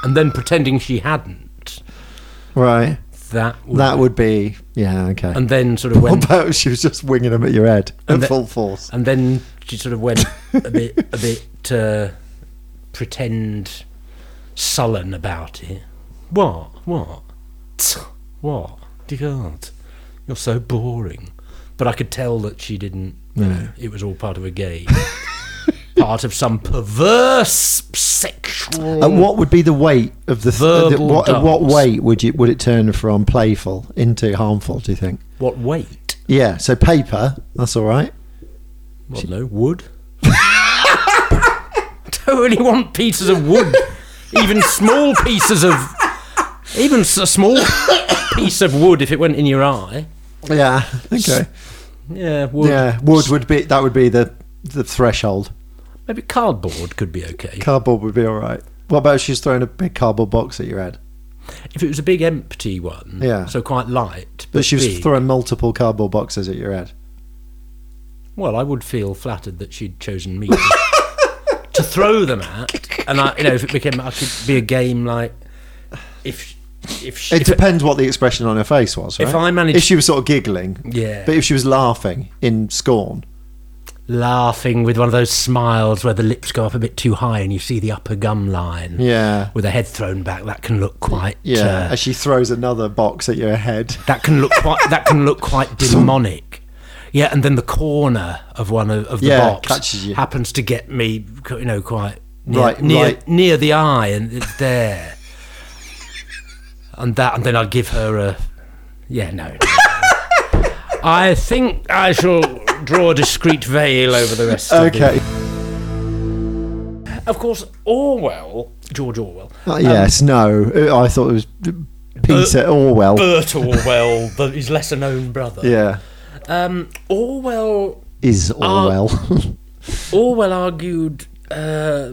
A: and then pretending she hadn't,
B: Right.
A: that would,
B: That would be yeah okay.
A: and then sort of
B: what
A: went,
B: about if she was just winging them at your head at
A: And the-
B: full force?
A: and then she sort of [LAUGHS] went a bit, a bit uh, pretend sullen about it. What? What? Tch, What? Dear God, you're so boring. But I could tell that she didn't. You know, it was all part of a game. [LAUGHS] Part of some perverse sexual.
B: And what would be the weight of the, th- the
A: Verbal
B: what, at what
A: darts.
B: weight would you would it turn from playful into harmful? Do you think?
A: What weight?
B: Yeah, so paper that's all right.
A: What, no, [LAUGHS] wood? Don't really want pieces of wood. Even small pieces of. Even s- a small piece of wood if it went in your eye.
B: Yeah, [LAUGHS] okay.
A: Yeah, wood.
B: Yeah, wood would be that would be the the threshold.
A: Maybe cardboard could be okay.
B: Cardboard would be all right. What about if she's throwing a big cardboard box at your head?
A: if it was a big empty one,
B: Yeah.
A: so quite light. But,
B: But she was
A: big,
B: throwing multiple cardboard boxes at your head.
A: Well, I would feel flattered that she'd chosen me to, to throw them at. And, I, you know, if it became. I could be a game like. If. If she.
B: It depends what the expression on her face was, right?
A: If I managed-
B: if she was sort of giggling,
A: Yeah.
B: But if she was laughing in scorn,
A: laughing with one of those smiles where the lips go up a bit too high and you see the upper gum line.
B: yeah,
A: With a head thrown back, that can look quite.
B: yeah,
A: Uh,
B: as she throws another box at your
A: [LAUGHS]
B: head,
A: that can look quite. that can look
B: [LAUGHS]
A: quite demonic. Yeah, and then the corner of one of, of the
B: Yeah,
A: box
B: catches you.
A: happens to get me, you know, quite near,
B: Right,
A: near,
B: right.
A: near the eye, and it's there. and that, and then I'd give her a. Yeah, no.
B: [LAUGHS]
A: no, no. I think I shall draw a discreet veil over the rest. of the-
B: okay,
A: Of course, Orwell, George Orwell,
B: Uh, yes, no, Uh, I thought it was
A: Uh,
B: Peter Orwell,
A: Bert Orwell, the, his lesser known brother.
B: Oh. yeah,
A: Um, Orwell,
B: is Orwell,
A: Orwell argued uh,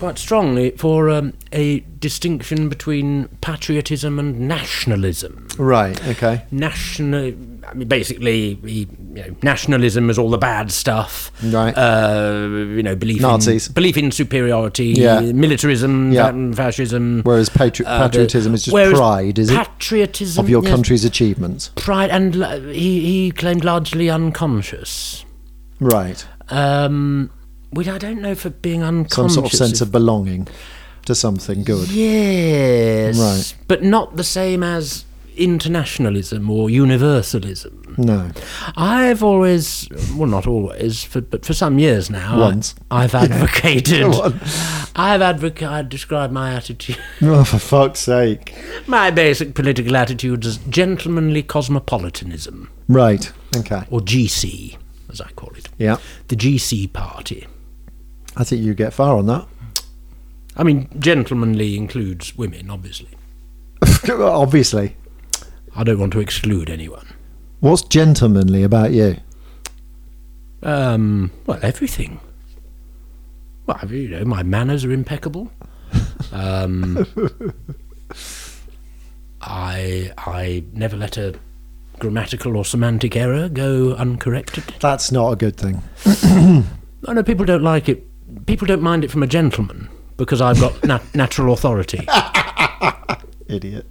A: quite strongly for um, a distinction between patriotism and nationalism.
B: [LAUGHS] right?
A: [LAUGHS]
B: Okay,
A: National, I mean, basically, he, you know, nationalism is all the bad stuff.
B: Right.
A: Uh, you know, belief
B: Nazis.
A: in belief in superiority,
B: Yeah.
A: militarism,
B: Yeah.
A: fa- fascism.
B: whereas patri-
A: uh, the-
B: patriotism is just
A: whereas
B: pride, is it,
A: Patriotism
B: of your
A: yes,
B: country's achievements,
A: pride, and la- he he claimed largely unconscious,
B: right?
A: um, which I don't know for being
B: Some
A: unconscious.
B: sort of sense of belonging to something good.
A: yes,
B: Right.
A: but not the same as internationalism or universalism. [LAUGHS]
B: No,
A: I've always, well, not always, for, but for some years now,
B: Once.
A: I,
B: [LAUGHS]
A: have advocated.
B: Go on.
A: I've advocated. I describe my attitude, [LAUGHS]
B: oh, for fuck's sake,
A: my basic political attitude, as gentlemanly cosmopolitanism.
B: right? Okay,
A: or GC, as I call it,
B: yeah,
A: the GC party.
B: I think you get far on that. [LAUGHS]
A: I mean, gentlemanly includes women, obviously.
B: Obviously,
A: I don't want to exclude anyone.
B: what's gentlemanly about you?
A: Um, well, everything. Well, you know, my manners are impeccable. Um, I I never let a grammatical or semantic error go uncorrected.
B: That's not a good thing.
A: I know people don't like it. People don't mind it from a gentleman because I've got nat- [LAUGHS] natural authority.
B: Idiot.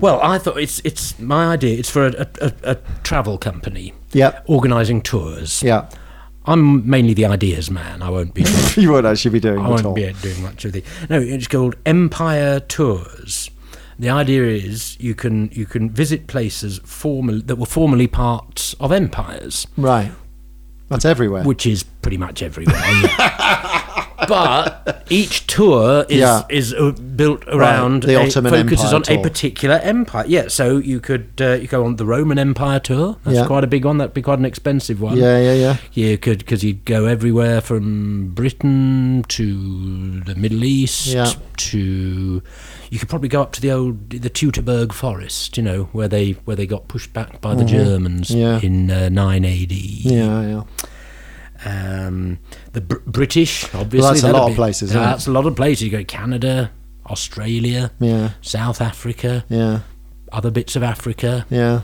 A: Well, I thought it's it's my idea. It's for a, a, a, a travel company
B: Yep.
A: organising tours.
B: Yeah.
A: I'm mainly the ideas man. I won't be.
B: [LAUGHS] You won't actually be doing
A: I
B: it at all.
A: won't be doing much of the. No, it's called Empire Tours. The idea is you can you can visit places formal, that were formerly parts of empires,
B: Right. That's everywhere.
A: which is pretty much
B: [LAUGHS]
A: everywhere. yeah. but each tour is
B: Yeah.
A: is uh, built around
B: the
A: a-
B: Ottoman
A: focuses
B: Empire
A: on
B: tour.
A: a particular empire. Yeah, so you could uh, you go on the Roman Empire tour. That's
B: Yeah.
A: quite a big one. That'd be quite an expensive one.
B: yeah, yeah, yeah.
A: You could because you'd go everywhere from Britain to the Middle East
B: Yeah.
A: to you could probably go up to the old the Teutoburg Forest, you know, where they where they got pushed back by the Germans
B: Mm-hmm. Yeah.
A: in uh, 9 AD.
B: Yeah, yeah.
A: Um, the Br- British, obviously.
B: that's a
A: that'd
B: lot of
A: be-
B: places, isn't it?
A: That's a lot of places. You go Canada, Australia,
B: Yeah.
A: South Africa,
B: Yeah.
A: other bits of Africa,
B: Yeah.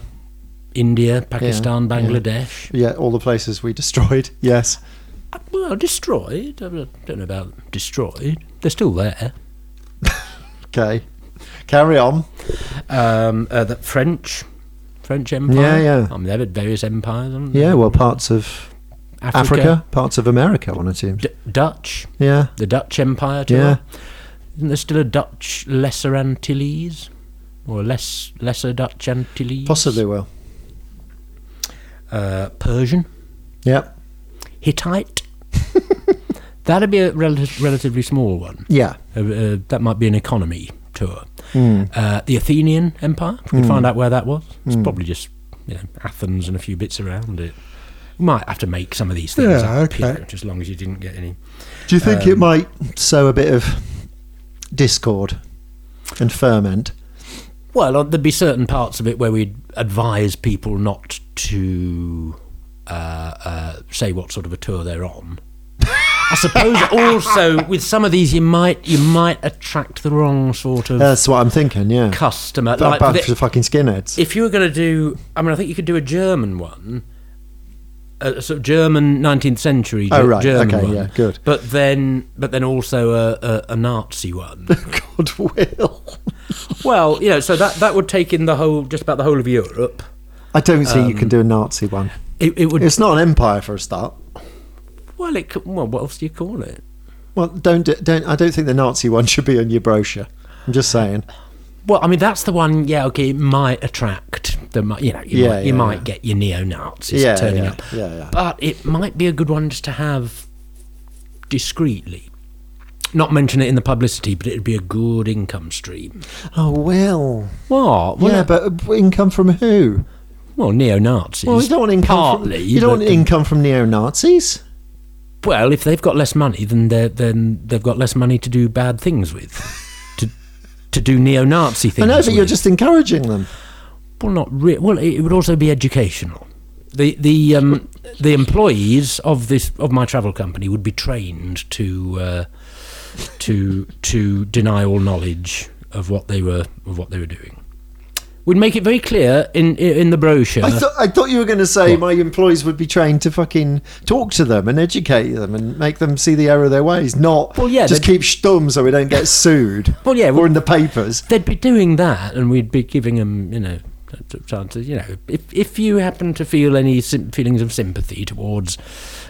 A: India, Pakistan,
B: yeah.
A: Bangladesh. Uh,
B: Yeah, all the places we destroyed. [LAUGHS] Yes.
A: Well, destroyed. I don't know about destroyed. They're still there.
B: Okay. Carry on.
A: Um, uh, the French, French Empire.
B: Yeah, yeah.
A: I mean, they've had various empires. haven't they?
B: Yeah, well, parts of Africa, parts of America, one assumes.
A: D- Dutch,
B: Yeah.
A: the Dutch Empire. Too.
B: Yeah.
A: Isn't there still a Dutch Lesser Antilles, or less lesser Dutch Antilles?
B: Possibly will.
A: Uh, Persian,
B: Yep. [LAUGHS]
A: Hittite. That'd be a relative, relatively small one.
B: Yeah.
A: Uh, uh, that might be an economy tour.
B: Hmm.
A: Uh, the Athenian Empire. If we could find out where that was, it's probably just you know, Athens and a few bits around it. We might have to make some of these things
B: Yeah,
A: up, you
B: okay.
A: know, just as long as you didn't get any.
B: Do you think it might sow a bit of discord and ferment?
A: Well, uh, there'd be certain parts of it where we'd advise people not to uh, uh, say what sort of a tour they're on. I
B: [LAUGHS]
A: suppose also with some of these you might you might attract the wrong sort of
B: That's what I'm thinking. Yeah.
A: customer.
B: Uh, That
A: for
B: bad
A: the-
B: for the fucking [LAUGHS] skinheads.
A: if you were going to do, I mean, I think you could do a German one, a sort of German nineteenth century. Ge-
B: Oh, right.
A: German
B: Okay,
A: one,
B: yeah, good.
A: But then, but then also a, a, a Nazi
B: [LAUGHS]
A: one.
B: God will.
A: well, you know, so that that would take in the whole, just about the whole of Europe.
B: I don't see you can do a Nazi one.
A: It, it would.
B: It's not an empire for a start.
A: Well, it. could- Well, what else do you call it?
B: Well, don't don't. I don't think the Nazi one should be on your brochure. I'm just saying.
A: Well, I mean, that's the one. Yeah, okay, it might attract the. mi- You know, you
B: Yeah,
A: might, you
B: yeah,
A: might
B: yeah.
A: get your neo Nazis
B: Yeah,
A: turning
B: yeah,
A: up.
B: yeah, yeah.
A: But it might be a good one just to have discreetly. Not mention it in the publicity, but it'd be a good income stream.
B: Oh well.
A: What? Well,
B: Yeah,
A: uh,
B: but income from who?
A: well, neo Nazis.
B: Well, you don't want income.
A: Partly.
B: from, you don't want
A: but-
B: income from neo Nazis.
A: Well, if they've got less money, then they're- then they've got less money to do bad things with, [LAUGHS] to to do neo Nazi
B: I
A: things.
B: know, but you're
A: with.
B: just encouraging them.
A: Well, not re- well. It it would also be educational. The the um, the employees of this of my travel company would be trained to uh, to to deny all knowledge of what they were of what they were doing. We'd make it very clear in in, in the brochure.
B: I thought I thought you were going to say my employees would be trained to fucking talk to them and educate them and make them see the error of their ways. Not
A: Well, yeah,
B: just
A: they'd-
B: keep stum so we don't
A: [LAUGHS]
B: get sued.
A: Well, yeah,
B: or
A: well-
B: in the papers.
A: They'd be doing that, and we'd be giving them, you know, t- t- chances. You know, if if you happen to feel any sim- feelings of sympathy towards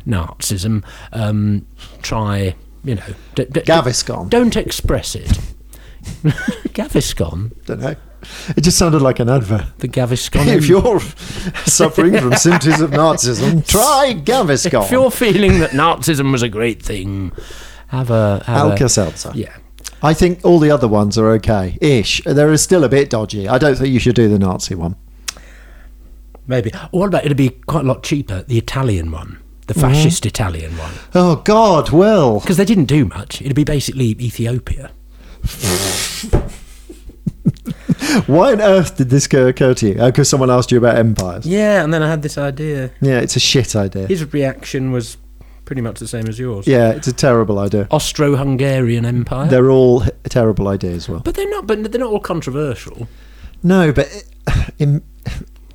A: Nazism, um, try, you know, d- d-
B: Gaviscon.
A: Don't express it. Gaviscon,
B: Don't know. It just sounded like an advert.
A: the Gaviscon.
B: [LAUGHS] If you're suffering
A: [LAUGHS]
B: from symptoms of Nazism, try Gaviscon.
A: if you're feeling that Nazism was a great thing, have a have
B: Alka
A: a,
B: Seltzer.
A: yeah.
B: I think all the other ones are okay ish. There is still a bit dodgy. I don't think you should do the Nazi one.
A: Maybe. Or what about it'd be quite a lot cheaper? The Italian one, the
B: Mm-hmm.
A: fascist Italian one,
B: Oh, God, Will.
A: because they didn't do much. It'd be basically Ethiopia.
B: Why on earth did this go occur to you? Because someone asked you about empires. Yeah.
A: Yeah, and then I had this idea.
B: it's a shit idea.
A: His reaction was pretty much the same as yours.
B: Yeah, it's a terrible idea.
A: Austro-Hungarian Empire.
B: They're all h- terrible ideas, Will.
A: but they're not. But they're not all controversial.
B: No, but uh, in,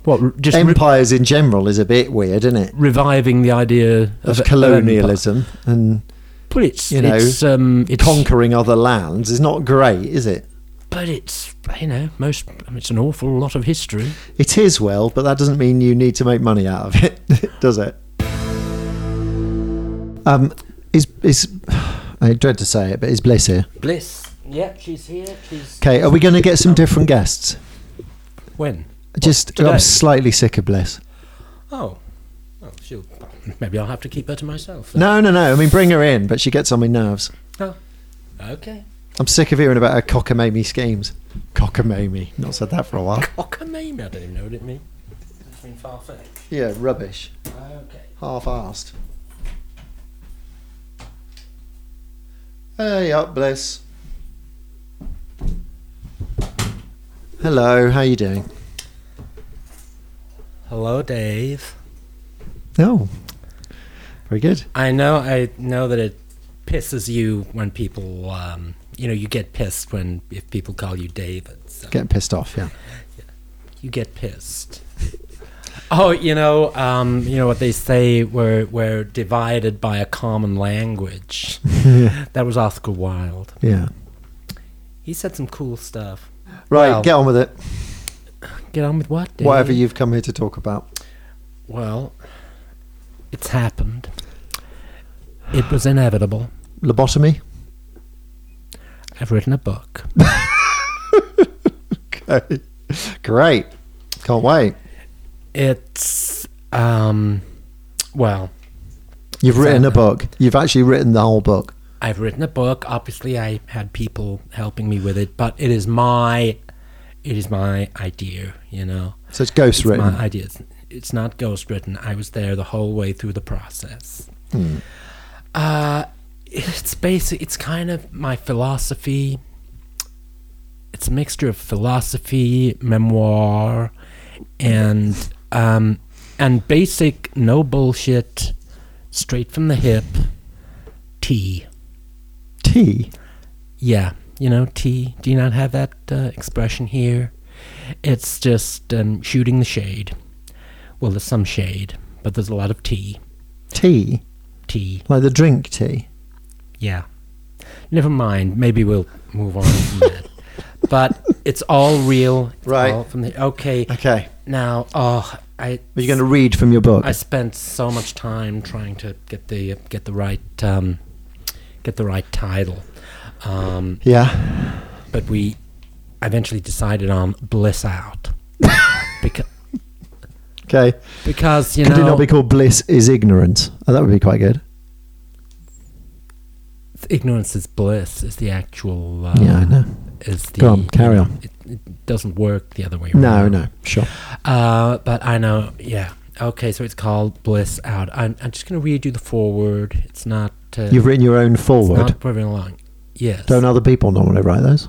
A: What? r- Just re-
B: empires in general is a bit weird, isn't it?
A: reviving the idea
B: Of
A: of
B: colonialism and
A: Well, it's
B: you know,
A: it's um, it's
B: conquering other lands is not great, is it?
A: but it's you know most I mean, it's an awful lot of history.
B: It is well, but that doesn't mean you need to make money out of it, [LAUGHS] does it? Um, is is I dread to say it, but is Bliss here?
A: Bliss. Yep, she's here. She's
B: Okay, are we going to get some different guests?
A: when?
B: Just
A: today?
B: I'm slightly sick of Bliss.
A: Oh, oh, she'll maybe I'll have to keep her to myself. then.
B: No, no, no. I mean, bring her in, but she gets on my nerves.
A: Oh, okay.
B: I'm sick of hearing about her cockamamie schemes. Cockamamie. Not said that for a while.
A: Oh, Cockamamie. I don't even know what it means. It's been far fetched.
B: [LAUGHS] Yeah, rubbish.
A: Okay.
B: Half-assed. Hey up, Bliss. Hello, how you doing?
C: Hello, Dave.
B: Oh, very good.
C: I know, I know that it pisses you when people, um, you know, you get pissed when if people call you David. So
B: Getting pissed off, yeah.
C: you get pissed.
A: Oh, you know, um, you know what they say. We're we're divided by a common language. That was Oscar Wilde.
B: Yeah.
A: He said some cool stuff.
B: Right,
A: Well-
B: get on with it.
A: Get on with what? Dave?
B: Whatever you've come here to talk about.
A: Well, it's happened. It was inevitable.
B: Lobotomy?
A: I've written a book.
B: Okay. [LAUGHS] Great. Can't wait.
A: It's um, well,
B: You've written a
A: Exactly.
B: book. You've actually written the whole book.
A: I've written a book. Obviously, I had people helping me with it, but it is my, it is my idea. You know,
B: So it's ghost
A: it's
B: written.
A: my idea. It's, it's not ghost written. I was there the whole way through the process.
B: Hmm.
A: Uh, it's basic. It's kind of my philosophy. It's a mixture of philosophy, memoir, and um, and basic no bullshit, straight from the hip, tea.
B: Tea.
A: Yeah, you know, tea. Do you not have that uh, expression here? It's just um, shooting the shade. Well, there's some shade, but there's a lot of tea.
B: Tea.
A: Tea.
B: Like the drink tea.
A: Yeah. Never mind. Maybe we'll move on from that. But it's all real. It's
B: Right.
A: all from the, okay.
B: Okay.
A: Now, oh, I.
B: Are you going to read from your book?
A: I spent so much time trying to get the get the right um, get the right title. Um,
B: yeah.
A: but we eventually decided on bliss
B: [LAUGHS]
A: out because
B: Okay.
A: because you
B: Could
A: know
B: it not be called Bliss is Ignorance? Oh, that would be quite good.
A: ignorance is bliss is the actual uh,
B: Yeah, I know.
A: is the
B: Go on, carry on.
A: it, it doesn't work the other way
B: No,
A: around.
B: no. Sure.
A: uh, but I know yeah okay so it's called bliss out I'm, I'm just gonna read you the foreword it's not uh,
B: You've written your own
A: it's
B: forward.
A: not very long yes
B: Don't other people normally write those?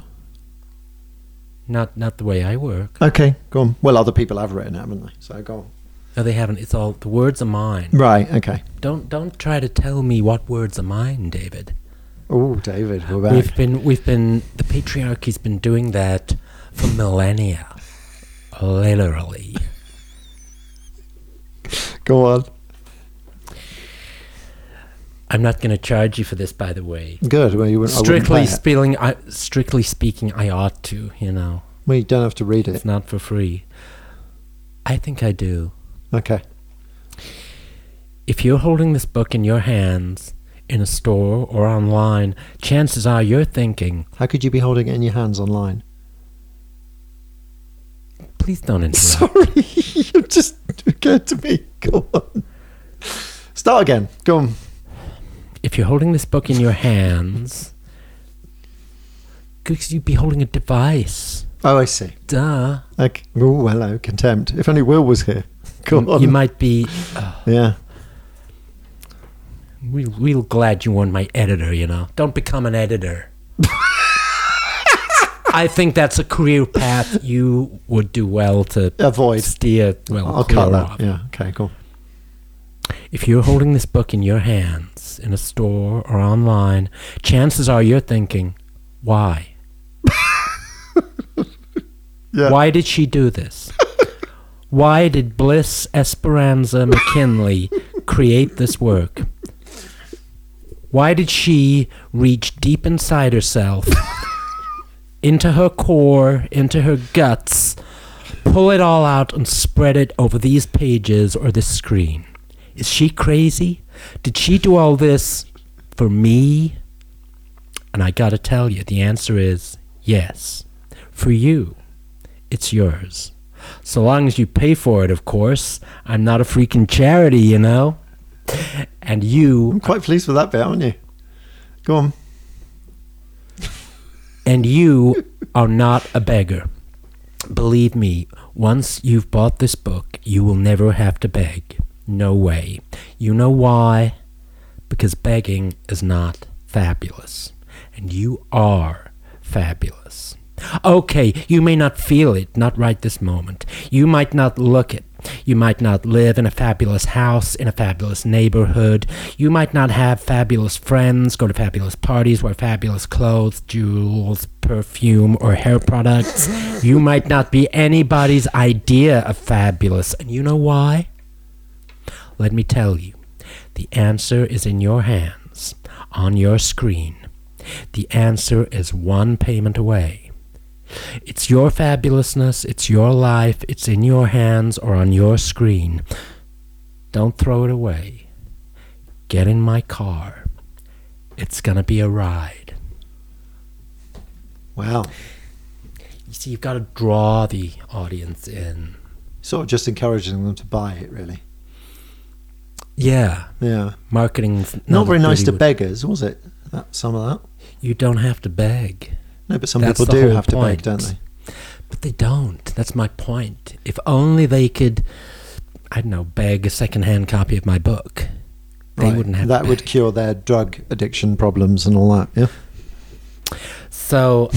A: not not the way I work
B: Okay, go on. Well, other people have written it, haven't they? So go on.
A: no they haven't it's all the words are mine
B: Right, okay.
A: don't don't try to tell me what words are mine David
B: Oh, David, we're back.
A: We've been, we've been, the patriarchy's been doing that for millennia, literally.
B: go on.
A: I'm not going to charge you for this, by the way.
B: Good. Well, you wouldn't, I wouldn't play
A: Strictly
B: it.
A: speaking, I, strictly speaking, I ought to. You know,
B: Well, you don't have to read it.
A: it's not for free. I think I do.
B: Okay.
A: If you're holding this book in your hands, in a store or online, chances are you're thinking,
B: How could you be holding it in your hands online?
A: "Please don't interrupt."
B: [LAUGHS] Sorry, you just occurred to me. [LAUGHS] Go on. Start again. Go on.
A: if you're holding this book in your hands, could you be holding a device?
B: Oh, I see.
A: Duh.
B: Like, oh, hello, contempt. If only Will was here. [LAUGHS] Go
A: You-
B: on.
A: You might be uh,
B: yeah.
A: real, real glad you weren't my editor, you know. Don't become an
B: [LAUGHS]
A: editor. I think that's a career path you would do well to
B: Avoid.
A: steer well
B: I'll
A: clear
B: cut that.
A: off.
B: Yeah. Okay, cool.
A: If you're holding this book in your hands in a store or online, chances are you're thinking, why?
B: [LAUGHS] Yeah.
A: Why did she do this? Why did Bliss Esperanza McKinley create this work? Why did she reach deep inside herself, into her core, into her guts, pull it all out and spread it over these pages or this screen? Is she crazy? Did she do all this for me? And I gotta tell you, the answer is yes. For you, it's yours. So long as you pay for it, of course. I'm not a freaking charity, you know? And you,
B: I'm quite pleased with that bit, aren't you? Go on.
A: and you are not a beggar. Believe me, once you've bought this book, you will never have to beg. No way. You know why? Because begging is not fabulous. And you are fabulous. Okay, you may not feel it, not right this moment. You might not look it. You might not live in a fabulous house, in a fabulous neighborhood. You might not have fabulous friends, go to fabulous parties, wear fabulous clothes, jewels, perfume or hair products. you might not be anybody's idea of fabulous. And you know why? Let me tell you. The answer is in your hands, on your screen. The answer is one payment away. It's your fabulousness, it's your life, it's in your hands or on your screen. Don't throw it away. Get in my car. It's gonna be a ride.
B: Wow.
A: You see, you've got to draw the audience in.
B: Sort of just encouraging them to buy it, really.
A: Yeah,
B: Yeah.
A: marketing.
B: Not very nice to beggars, was it? That, some of that.
A: You don't have to beg.
B: No, but some
A: That's
B: people
A: the
B: do
A: whole
B: have to beg,
A: point.
B: don't they?
A: But they don't. That's my point. If only they could, I don't know, beg a secondhand copy of my book. They
B: Right.
A: wouldn't have
B: that
A: to
B: would
A: beg.
B: cure their drug addiction problems and all that. Yeah.
A: So,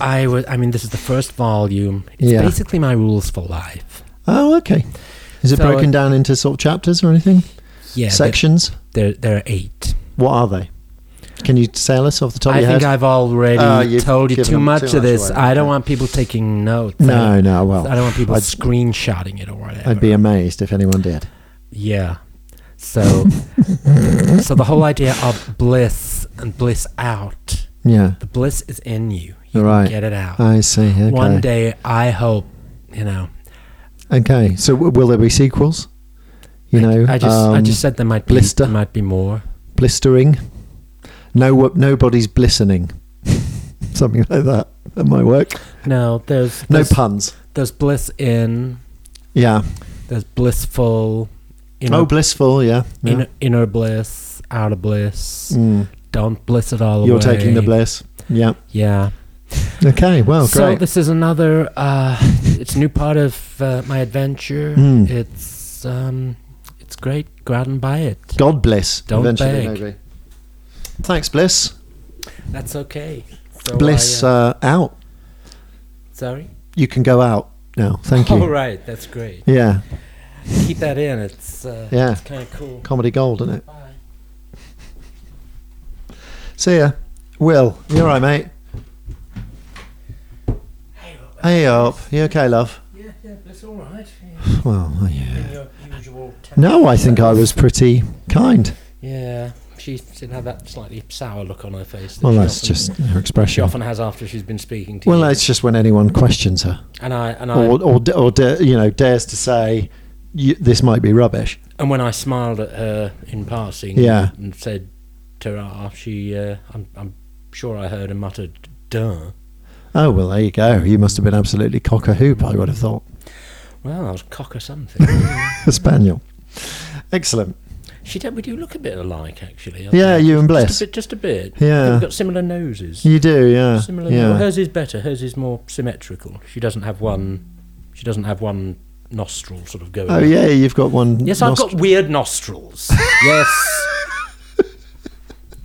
A: I was. I mean, this is the first volume. It's
B: Yeah.
A: basically my rules for life.
B: Oh, okay. Is it
A: So
B: broken
A: it-
B: down into sort of chapters or anything?
A: Yeah, there-
B: Sections?
A: there there are eight.
B: What are they? Can you sail us off the top
A: I
B: of your
A: think
B: head?
A: I've already
B: Oh, you've
A: told you
B: given
A: too
B: them
A: much
B: too
A: of
B: much
A: this.
B: away.
A: I don't
B: Yeah.
A: want people taking notes.
B: no, no. Well,
A: I don't want people
B: I'd-
A: screenshotting it or whatever.
B: I'd be amazed if anyone did.
A: yeah.
B: [LAUGHS]
A: So, so the whole idea of bliss and bliss out.
B: Yeah.
A: The bliss is in you. You
B: Right.
A: can get it out.
B: I see. Okay.
A: One day, I hope you know.
B: Okay. So w- will there be sequels? You know,
A: I just, I
B: um,
A: just said there might be,
B: blister.
A: there might be more.
B: blistering. No, wo- nobody's blistening. [LAUGHS] Something like that. That might work.
A: No, there's
B: No
A: there's,
B: puns.
A: there's bliss in.
B: Yeah.
A: There's blissful. Inner,
B: oh, blissful. Yeah. yeah.
A: inner, inner bliss, outer bliss.
B: Mm.
A: Don't bliss it all
B: You're
A: away.
B: taking the bliss. Yeah.
A: Yeah.
B: Okay. Well,
A: so
B: Oh, great.
A: this is another. Uh, it's a new part of uh, my adventure.
B: Mm.
A: It's um, it's great. Go out and buy it.
B: God bless.
A: Don't
B: eventually,
A: beg.
B: maybe. Thanks, Bliss.
A: That's okay. So
B: bliss
A: I, uh,
B: uh, out.
A: sorry.
B: You can go out now. Thank you.
A: All right. That's great.
B: Yeah.
A: Keep that in. It's uh,
B: Yeah.
A: It's kind of cool.
B: Comedy gold, isn't it?
A: Bye.
B: See ya. Will, you alright, mate? Hey up. You okay, love?
A: Yeah, yeah, it's all [SIGHS] right.
B: Well, oh, yeah.
A: Your usual.
B: No, I think I was pretty kind.
A: Yeah, she did have that slightly sour look on her face. That
B: Well,
A: she
B: that's
A: often,
B: just her
A: she
B: expression.
A: often has after she's been speaking to
B: Well,
A: you.
B: it's just when anyone questions her
A: and I and I
B: or, or, d- or da- you know, dares to say, "Y- this might be rubbish.
A: And when I smiled at her in passing
B: Yeah.
A: and said ta she, uh, I'm, I'm sure I heard her mutter, duh.
B: Oh, well, there you go. You must have been absolutely cock a hoop, I would have thought. [LAUGHS]
A: Well, I was cock or something.
B: A spaniel. Excellent.
A: she did, we do look a bit alike, actually. I
B: Yeah,
A: think.
B: you and
A: Just
B: Bliss.
A: a bit. Just a bit. I
B: Yeah.
A: think We've got similar noses.
B: You do, yeah.
A: Similar. Well,
B: yeah.
A: hers is better. Hers is more symmetrical. She doesn't have one. She doesn't have one nostril sort of going.
B: Oh, yeah, you've got one.
A: Yes,
B: nostr-
A: I've got weird
B: [LAUGHS]
A: nostrils. yes.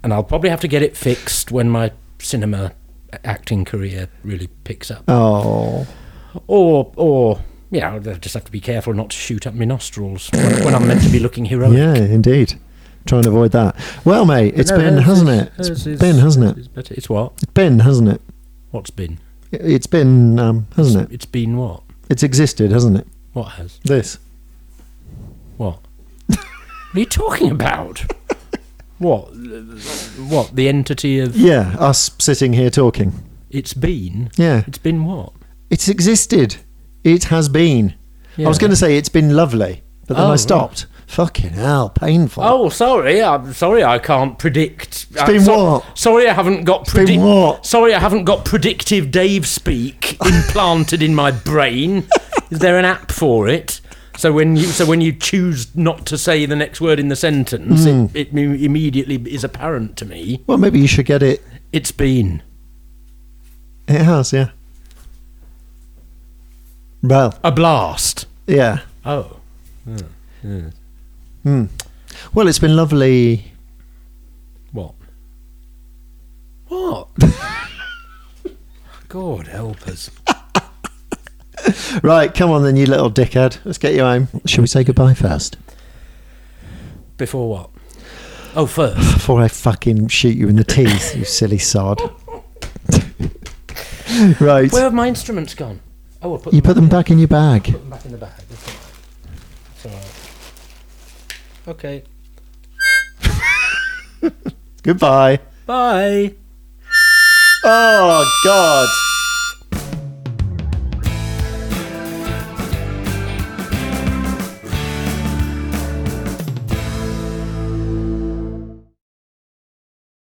A: And I'll probably have to get it fixed when my cinema a- acting career really picks up.
B: Oh.
A: Or, or yeah, I'll just have to be careful not to shoot up my nostrils when, when I'm meant to be looking heroic.
B: Yeah, indeed. Trying to avoid that. Well, mate,
A: But
B: it's
A: no,
B: been,
A: hers
B: hasn't
A: is-
B: it? It's
A: hers is-
B: been, hasn't it?
A: It's better. It's what?
B: It's been, hasn't it?
A: What's been?
B: It's been, um, hasn't it?
A: It's been what?
B: It's existed, hasn't it?
A: What has?
B: This.
A: What? what are you talking about? what? What? The entity of
B: Yeah, us sitting here talking.
A: it's been.
B: Yeah,
A: It's been what?
B: it's existed. It has been. I was
A: Yeah.
B: going to say it's been lovely, but then
A: Oh,
B: I
A: right.
B: stopped. Fucking hell, painful.
A: Oh, sorry. I'm sorry. I can't predict. It's
B: been what?
A: Sorry, I haven't got.
B: been
A: Predi-
B: what?
A: Sorry, I haven't got predictive Dave
B: [LAUGHS]
A: speak implanted in my brain. Is there an app for it? So when you so when you choose not to say the next word in the sentence,
B: Hmm.
A: it, it im- immediately is apparent to me.
B: Well, maybe you should get it.
A: It's been
B: It has, yeah. Well,
A: a blast.
B: yeah.
A: Oh,
B: Well, it's been lovely.
A: what?
B: [LAUGHS]
A: What? God help us.
B: Right, come on then, you little dickhead. Let's get you home. Shall we say goodbye first?
A: Before what? Oh, first.
B: Before I fucking shoot you in the teeth, you silly sod. [LAUGHS] right.
A: Where have my instruments gone? Oh, I put
B: you
A: them
B: put them back in your bag.
A: put them back in the bag. That's all right. That's all right. Okay.
B: Goodbye.
A: Bye.
B: Oh God.